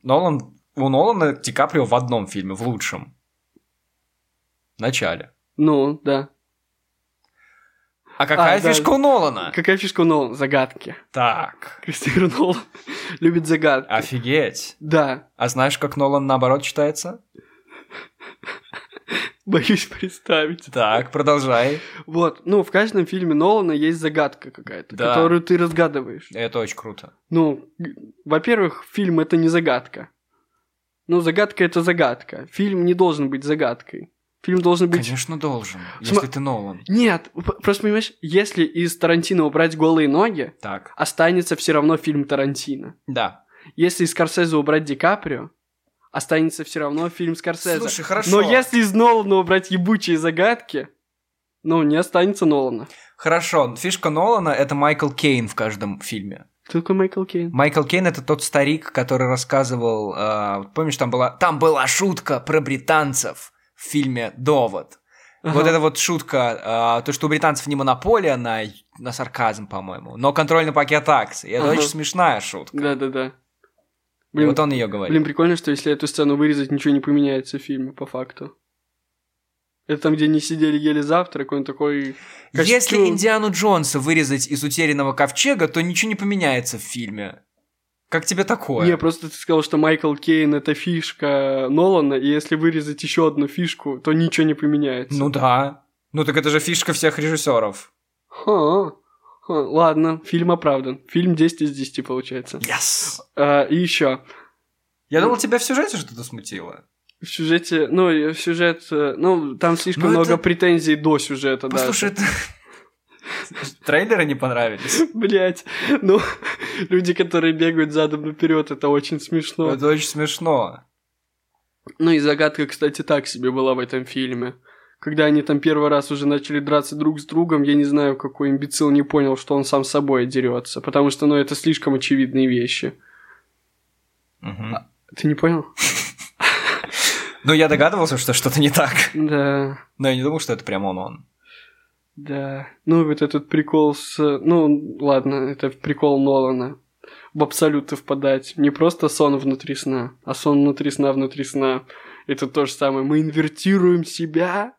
[SPEAKER 1] Нолан... У Нолана Ди Каприо в одном фильме, в лучшем. Начале.
[SPEAKER 2] Ну, да.
[SPEAKER 1] А какая
[SPEAKER 2] А, да.
[SPEAKER 1] фишка у Нолана?
[SPEAKER 2] Какая фишка у Нолана? Загадки.
[SPEAKER 1] Так.
[SPEAKER 2] Кристофер Нолан любит загадки.
[SPEAKER 1] Офигеть.
[SPEAKER 2] Да,
[SPEAKER 1] А знаешь, как Нолан наоборот читается?
[SPEAKER 2] боюсь представить.
[SPEAKER 1] Так, продолжай.
[SPEAKER 2] Вот, ну, в каждом фильме Нолана есть загадка какая-то,
[SPEAKER 1] Да.
[SPEAKER 2] которую ты разгадываешь.
[SPEAKER 1] Это очень круто.
[SPEAKER 2] Ну, г- во-первых, фильм это не загадка. Ну, загадка это загадка. Фильм не должен быть загадкой. Фильм должен быть...
[SPEAKER 1] Конечно, должен,
[SPEAKER 2] Сма-
[SPEAKER 1] если ты Нолан.
[SPEAKER 2] Нет, п- просто понимаешь, если из Тарантино убрать голые ноги,
[SPEAKER 1] Так.
[SPEAKER 2] останется все равно фильм Тарантино.
[SPEAKER 1] Да.
[SPEAKER 2] Если из Скорсезе убрать Ди Каприо, останется все равно фильм Скорсезе.
[SPEAKER 1] Слушай, хорошо.
[SPEAKER 2] Но если из Нолана убрать ебучие загадки, ну, не останется Нолана.
[SPEAKER 1] Хорошо, фишка Нолана — это Майкл Кейн в каждом фильме.
[SPEAKER 2] Кто такой Майкл Кейн?
[SPEAKER 1] Майкл Кейн — это тот старик, который рассказывал... э, вот помнишь, там была... Там была шутка про британцев в фильме «Довод». Вот
[SPEAKER 2] Ага.
[SPEAKER 1] эта вот шутка, э, то, что у британцев не монополия на, на сарказм, по-моему, но контрольный пакет акций. Это
[SPEAKER 2] Ага.
[SPEAKER 1] очень смешная шутка.
[SPEAKER 2] Да-да-да. Блин,
[SPEAKER 1] вот он ее говорит.
[SPEAKER 2] блин, прикольно, что если эту сцену вырезать, ничего не поменяется в фильме, по факту. Это там, где они сидели, ели завтрак, он такой...
[SPEAKER 1] Если
[SPEAKER 2] костюм.
[SPEAKER 1] Индиану Джонса вырезать из утерянного ковчега, то ничего не поменяется в фильме. Как тебе такое?
[SPEAKER 2] Не, просто ты сказал, что Майкл Кейн — это фишка Нолана, и если вырезать еще одну фишку, то ничего не поменяется.
[SPEAKER 1] Ну да. Ну так это же фишка всех режиссеров.
[SPEAKER 2] Ха, ха, ладно, фильм оправдан. Фильм 10 из 10 получается.
[SPEAKER 1] Yes.
[SPEAKER 2] А, и еще.
[SPEAKER 1] Я думал, тебя в сюжете что-то смутило.
[SPEAKER 2] В сюжете, ну, и сюжет, э, ну, там слишком
[SPEAKER 1] Ну, это-
[SPEAKER 2] много претензий до сюжета, да.
[SPEAKER 1] Послушай, это... Трейлеры не понравились.
[SPEAKER 2] Блять, ну, люди, которые бегают задом наперед, это очень смешно.
[SPEAKER 1] Ну, Это очень смешно.
[SPEAKER 2] Ну и загадка, кстати, так себе была в этом фильме. Когда они там первый раз уже начали драться друг с другом, я не знаю, какой имбецил не понял, что он сам с собой дерется. Потому что, ну, это слишком очевидные вещи.
[SPEAKER 1] Мгм.
[SPEAKER 2] Ты не понял?
[SPEAKER 1] Ну, я догадывался, что что-то не так.
[SPEAKER 2] Да.
[SPEAKER 1] Но я не думал, что это прям он он.
[SPEAKER 2] Да, ну вот этот прикол с... Ну, ладно, это прикол Нолана. В абсолюты впадать. Не просто сон внутри сна, а сон внутри сна внутри сна. Это то же самое. Мы инвертируем себя,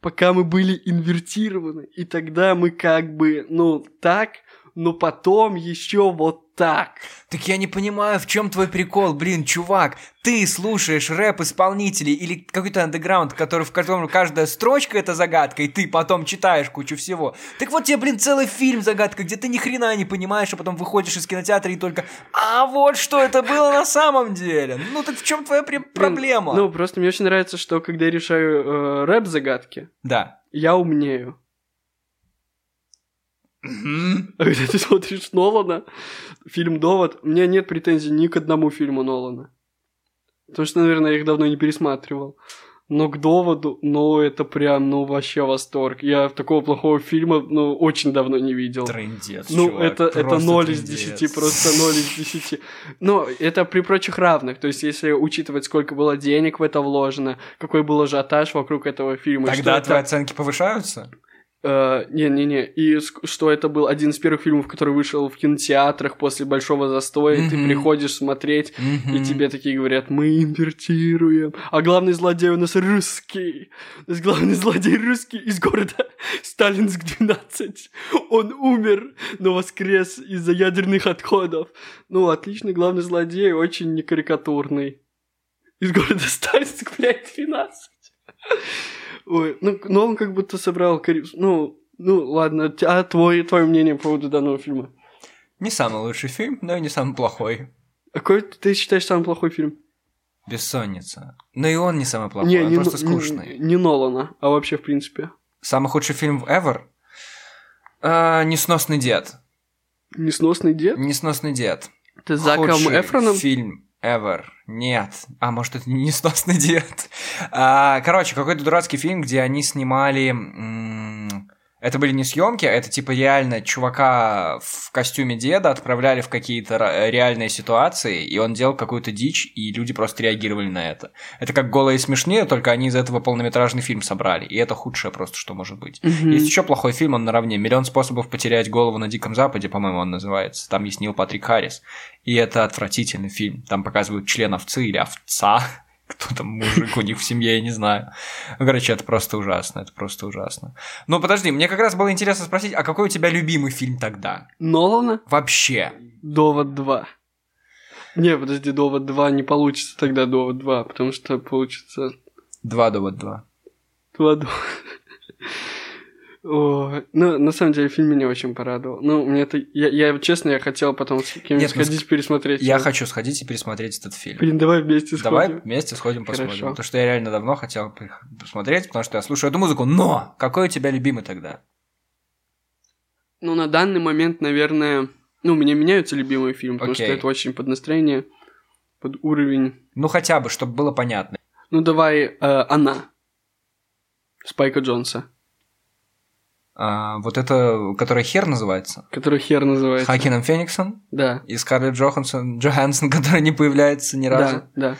[SPEAKER 2] пока мы были инвертированы. И тогда мы как бы, ну, так, но потом еще вот так.
[SPEAKER 1] Так я не понимаю, в чем твой прикол, блин, чувак. Ты слушаешь рэп исполнителей или какой-то андеграунд, который в котором каждая строчка это загадка, и ты потом читаешь кучу всего. Так вот тебе, блин, целый фильм загадка, где ты ни хрена не понимаешь, а потом выходишь из кинотеатра и только, а вот что это было на самом деле. Ну так в чем твоя при-
[SPEAKER 2] Блин,
[SPEAKER 1] проблема?
[SPEAKER 2] Ну, просто мне очень нравится, что когда я решаю э, рэп-загадки,
[SPEAKER 1] да.
[SPEAKER 2] я умнею. А когда ты смотришь Нолана, фильм «Довод», у меня нет претензий ни к одному фильму Нолана. Потому что, наверное, я их давно не пересматривал. Но к доводу, ну это прям, ну вообще восторг. Я такого плохого фильма, ну, очень давно не видел.
[SPEAKER 1] Трендец,
[SPEAKER 2] Ну,
[SPEAKER 1] чувак,
[SPEAKER 2] это, это
[SPEAKER 1] просто
[SPEAKER 2] 0 из
[SPEAKER 1] трындец.
[SPEAKER 2] 10, просто 0 из 10. Но это при прочих равных. То есть, если учитывать, сколько было денег в это вложено, какой был ажиотаж вокруг этого фильма. что
[SPEAKER 1] Тогда
[SPEAKER 2] это-
[SPEAKER 1] твои оценки повышаются?
[SPEAKER 2] Э, Не-не-не, и ск- что это был один из первых фильмов, который вышел в кинотеатрах после большого застоя, и ты
[SPEAKER 1] Мгм.
[SPEAKER 2] приходишь смотреть, и
[SPEAKER 1] Мгм.
[SPEAKER 2] тебе такие говорят, мы инвертируем, а главный злодей у нас русский, у нас главный злодей русский из города Сталинск-12, он умер, но воскрес из-за ядерных отходов. Ну, отличный главный злодей, очень некарикатурный. Из города Сталинск, блядь, 12. Ой, ну, но он как будто собрал кари- Ну, ну, ладно, т- а твое, твое мнение по поводу данного фильма?
[SPEAKER 1] Не самый лучший фильм, но и не самый плохой.
[SPEAKER 2] А Какой ты считаешь самый плохой фильм?
[SPEAKER 1] Бессонница. Но и он не самый плохой, он просто
[SPEAKER 2] Но-
[SPEAKER 1] скучный.
[SPEAKER 2] Не, не Нолана, а вообще, в принципе.
[SPEAKER 1] Самый худший фильм ever? А, Несносный дед.
[SPEAKER 2] Несносный дед?
[SPEAKER 1] Несносный дед.
[SPEAKER 2] Ты с Заком
[SPEAKER 1] Худший
[SPEAKER 2] Эфроном?
[SPEAKER 1] фильм ever. Нет. А может, это не несносный дед? А, короче, какой-то дурацкий фильм, где они снимали... м, Это были не съемки, а это типа реально чувака в костюме деда отправляли в какие-то ра- реальные ситуации, и он делал какую-то дичь, и люди просто реагировали на это. Это как голые и смешнее, только они из этого полнометражный фильм собрали. И это худшее просто, что может быть.
[SPEAKER 2] Мгм.
[SPEAKER 1] Есть еще плохой фильм, он наравне. «Миллион способов потерять голову на Диком Западе», по-моему, он называется. Там есть Нил Патрик Харрис. И это отвратительный фильм. Там показывают член овцы или овца. Кто там мужик у них в семье, я не знаю. Ну, Короче, это просто ужасно, это просто ужасно. Ну, подожди, мне как раз было интересно спросить, а какой у тебя любимый фильм тогда?
[SPEAKER 2] Нолана?
[SPEAKER 1] Вообще.
[SPEAKER 2] Довод 2. Не, подожди, Довод 2 не получится тогда Довод 2, потому что получится
[SPEAKER 1] Два довод два.
[SPEAKER 2] Кладу. Ой, ну, на самом деле, фильм меня очень порадовал. Ну, мне это... Я, я, честно, я хотел потом с кем-нибудь
[SPEAKER 1] Нет, ну,
[SPEAKER 2] сходить пересмотреть.
[SPEAKER 1] Я
[SPEAKER 2] его.
[SPEAKER 1] хочу сходить и пересмотреть этот фильм.
[SPEAKER 2] Блин, давай вместе сходим.
[SPEAKER 1] Давай вместе сходим посмотрим.
[SPEAKER 2] Хорошо.
[SPEAKER 1] Потому что я реально давно хотел пих- посмотреть, потому что я слушаю эту музыку. Но! Какой у тебя любимый тогда?
[SPEAKER 2] Ну, на данный момент, наверное... Ну, у меня меняются любимые фильмы, потому что
[SPEAKER 1] Окей.
[SPEAKER 2] это очень под настроение, под уровень.
[SPEAKER 1] Ну, хотя бы, чтобы было понятно.
[SPEAKER 2] Ну, давай э, «Она». Спайка Джонса,
[SPEAKER 1] А, вот это, которая хер называется?
[SPEAKER 2] который хер
[SPEAKER 1] С
[SPEAKER 2] называется.
[SPEAKER 1] Хакином Фениксом
[SPEAKER 2] Да.
[SPEAKER 1] и Скарлетт Джохансон, Джохансон, которая не появляется ни разу.
[SPEAKER 2] Да,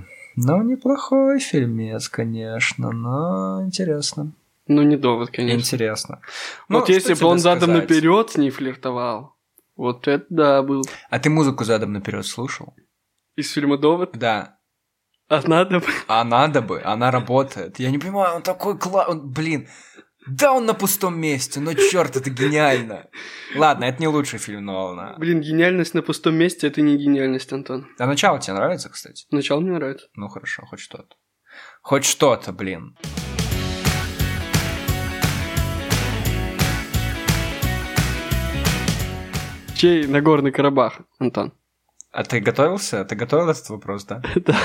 [SPEAKER 1] Э, Ну, неплохой фильмец, конечно, но интересно.
[SPEAKER 2] Ну, не довод, конечно.
[SPEAKER 1] Интересно.
[SPEAKER 2] вот
[SPEAKER 1] что
[SPEAKER 2] если бы
[SPEAKER 1] тебе
[SPEAKER 2] он задом
[SPEAKER 1] Ну, сказать?
[SPEAKER 2] наперед с ней флиртовал, вот это да, был
[SPEAKER 1] А ты музыку задом наперед слушал?
[SPEAKER 2] из фильма «Довод».
[SPEAKER 1] Да.
[SPEAKER 2] А надо бы...
[SPEAKER 1] А надо бы, она работает. Я не понимаю, он такой кла... Он, блин, да, он на пустом месте, но черт, это гениально. Ладно, это не лучший фильм Нолана.
[SPEAKER 2] Блин, гениальность на пустом месте — это не гениальность, Антон.
[SPEAKER 1] А начало тебе нравится, кстати?
[SPEAKER 2] Сначала мне нравится.
[SPEAKER 1] Ну хорошо, хоть что-то. Хоть что-то, блин.
[SPEAKER 2] Чей Нагорный Карабах, Антон?
[SPEAKER 1] А ты готовился? Ты готовил этот вопрос, да?
[SPEAKER 2] Да.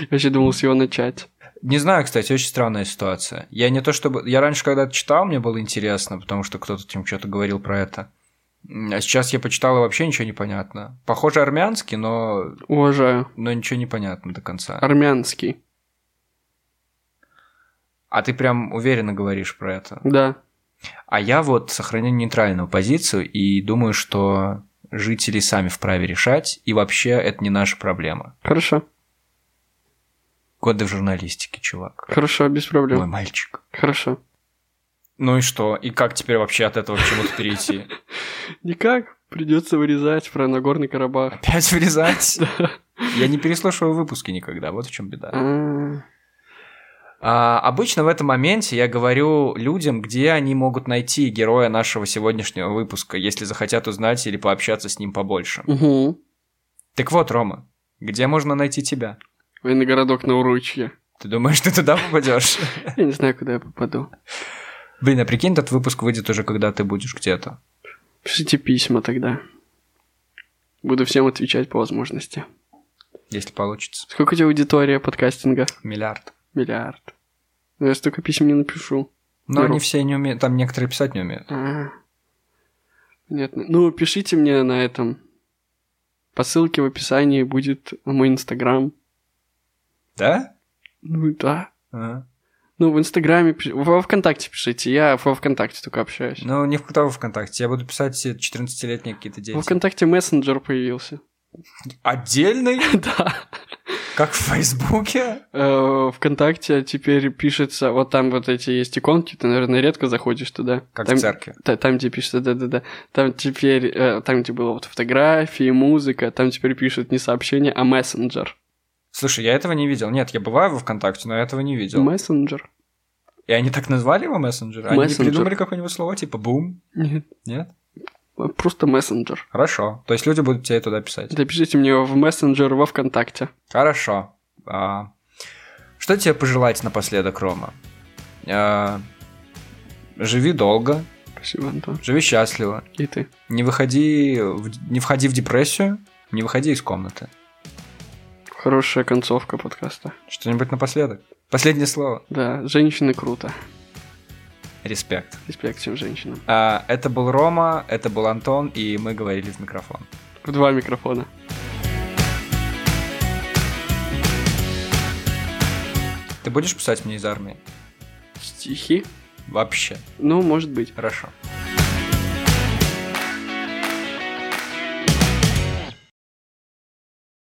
[SPEAKER 2] Я вообще думал с его начать.
[SPEAKER 1] Не знаю, кстати, очень странная ситуация. Я не то чтобы... Я раньше когда-то читал, мне было интересно, потому что кто-то там что-то говорил про это. М, А сейчас я почитал, и вообще ничего не понятно. Похоже, армянский, но,
[SPEAKER 2] Уважаю.
[SPEAKER 1] но ничего не понятно до конца.
[SPEAKER 2] Армянский.
[SPEAKER 1] А ты прям уверенно говоришь про это.
[SPEAKER 2] Да.
[SPEAKER 1] А я вот сохраняю нейтральную позицию и думаю, что жители сами вправе решать, и вообще это не наша проблема.
[SPEAKER 2] Хорошо.
[SPEAKER 1] Годы в журналистике, чувак.
[SPEAKER 2] Хорошо, без
[SPEAKER 1] Мой
[SPEAKER 2] проблем.
[SPEAKER 1] мальчик.
[SPEAKER 2] Хорошо.
[SPEAKER 1] Ну и что? И как теперь вообще от этого к чему-то перейти?
[SPEAKER 2] Никак. Придется вырезать про Нагорный Карабах.
[SPEAKER 1] Опять вырезать? Я не переслушиваю выпуски никогда, вот в чем беда.
[SPEAKER 2] А,
[SPEAKER 1] А, обычно в этом моменте я говорю людям, где они могут найти героя нашего сегодняшнего выпуска, если захотят узнать или пообщаться с ним побольше.
[SPEAKER 2] Угу.
[SPEAKER 1] Так вот, Рома, где можно найти тебя?
[SPEAKER 2] Военный городок на Уручье.
[SPEAKER 1] Ты думаешь, ты туда попадешь?
[SPEAKER 2] Я не знаю, куда я попаду.
[SPEAKER 1] Блин, а прикинь, этот выпуск выйдет уже, когда ты будешь где-то.
[SPEAKER 2] Пишите письма тогда. Буду всем отвечать по возможности.
[SPEAKER 1] Если получится.
[SPEAKER 2] Сколько у тебя аудитория подкастинга?
[SPEAKER 1] Миллиард.
[SPEAKER 2] Миллиард. Но я столько писем не напишу.
[SPEAKER 1] Но
[SPEAKER 2] Миру.
[SPEAKER 1] они все не умеют, там некоторые писать не умеют.
[SPEAKER 2] А. Понятно. Ну, пишите мне на этом. По ссылке в описании будет мой инстаграм.
[SPEAKER 1] Да?
[SPEAKER 2] Ну да. Ну, в Инстаграме, пиш- во ВКонтакте пишите. Я во ВКонтакте только общаюсь.
[SPEAKER 1] Ну, не в того ВКонтакте. Я буду писать все 14-летние какие-то
[SPEAKER 2] Во
[SPEAKER 1] дети.
[SPEAKER 2] ВКонтакте мессенджер появился.
[SPEAKER 1] Отдельный?
[SPEAKER 2] Да.
[SPEAKER 1] Как в Фейсбуке?
[SPEAKER 2] Э, ВКонтакте теперь пишется... Вот там вот эти есть иконки, ты, наверное, редко заходишь туда.
[SPEAKER 1] Как
[SPEAKER 2] там,
[SPEAKER 1] в церкви.
[SPEAKER 2] та- там, где пишется, да-да-да. Там теперь... э, там, где было вот фотографии, музыка, там теперь пишут не сообщение, а мессенджер.
[SPEAKER 1] Слушай, я этого не видел. Нет, я бываю во ВКонтакте, но я этого не видел.
[SPEAKER 2] Мессенджер?
[SPEAKER 1] И они так назвали его мессенджер? Они не
[SPEAKER 2] Мессенджер.
[SPEAKER 1] придумали какое-нибудь слово, типа бум?
[SPEAKER 2] Нет. а
[SPEAKER 1] Нет?
[SPEAKER 2] Просто мессенджер.
[SPEAKER 1] Хорошо. То есть люди будут тебе туда писать.
[SPEAKER 2] Напишите мне в мессенджер во ВКонтакте.
[SPEAKER 1] Хорошо. А, Что тебе пожелать напоследок, Рома? А, Живи долго,
[SPEAKER 2] Спасибо, Антон.
[SPEAKER 1] живи счастливо.
[SPEAKER 2] И ты.
[SPEAKER 1] Не выходи, в- не входи в депрессию, не выходи из комнаты.
[SPEAKER 2] Хорошая концовка подкаста.
[SPEAKER 1] Что-нибудь напоследок. Последнее слово.
[SPEAKER 2] Да, женщины круто.
[SPEAKER 1] Респект.
[SPEAKER 2] Респект всем женщинам.
[SPEAKER 1] А, это был Рома, это был Антон, и мы говорили в микрофон.
[SPEAKER 2] В два микрофона.
[SPEAKER 1] Ты будешь писать мне из армии?
[SPEAKER 2] Стихи?
[SPEAKER 1] Вообще.
[SPEAKER 2] Ну, может быть.
[SPEAKER 1] Хорошо.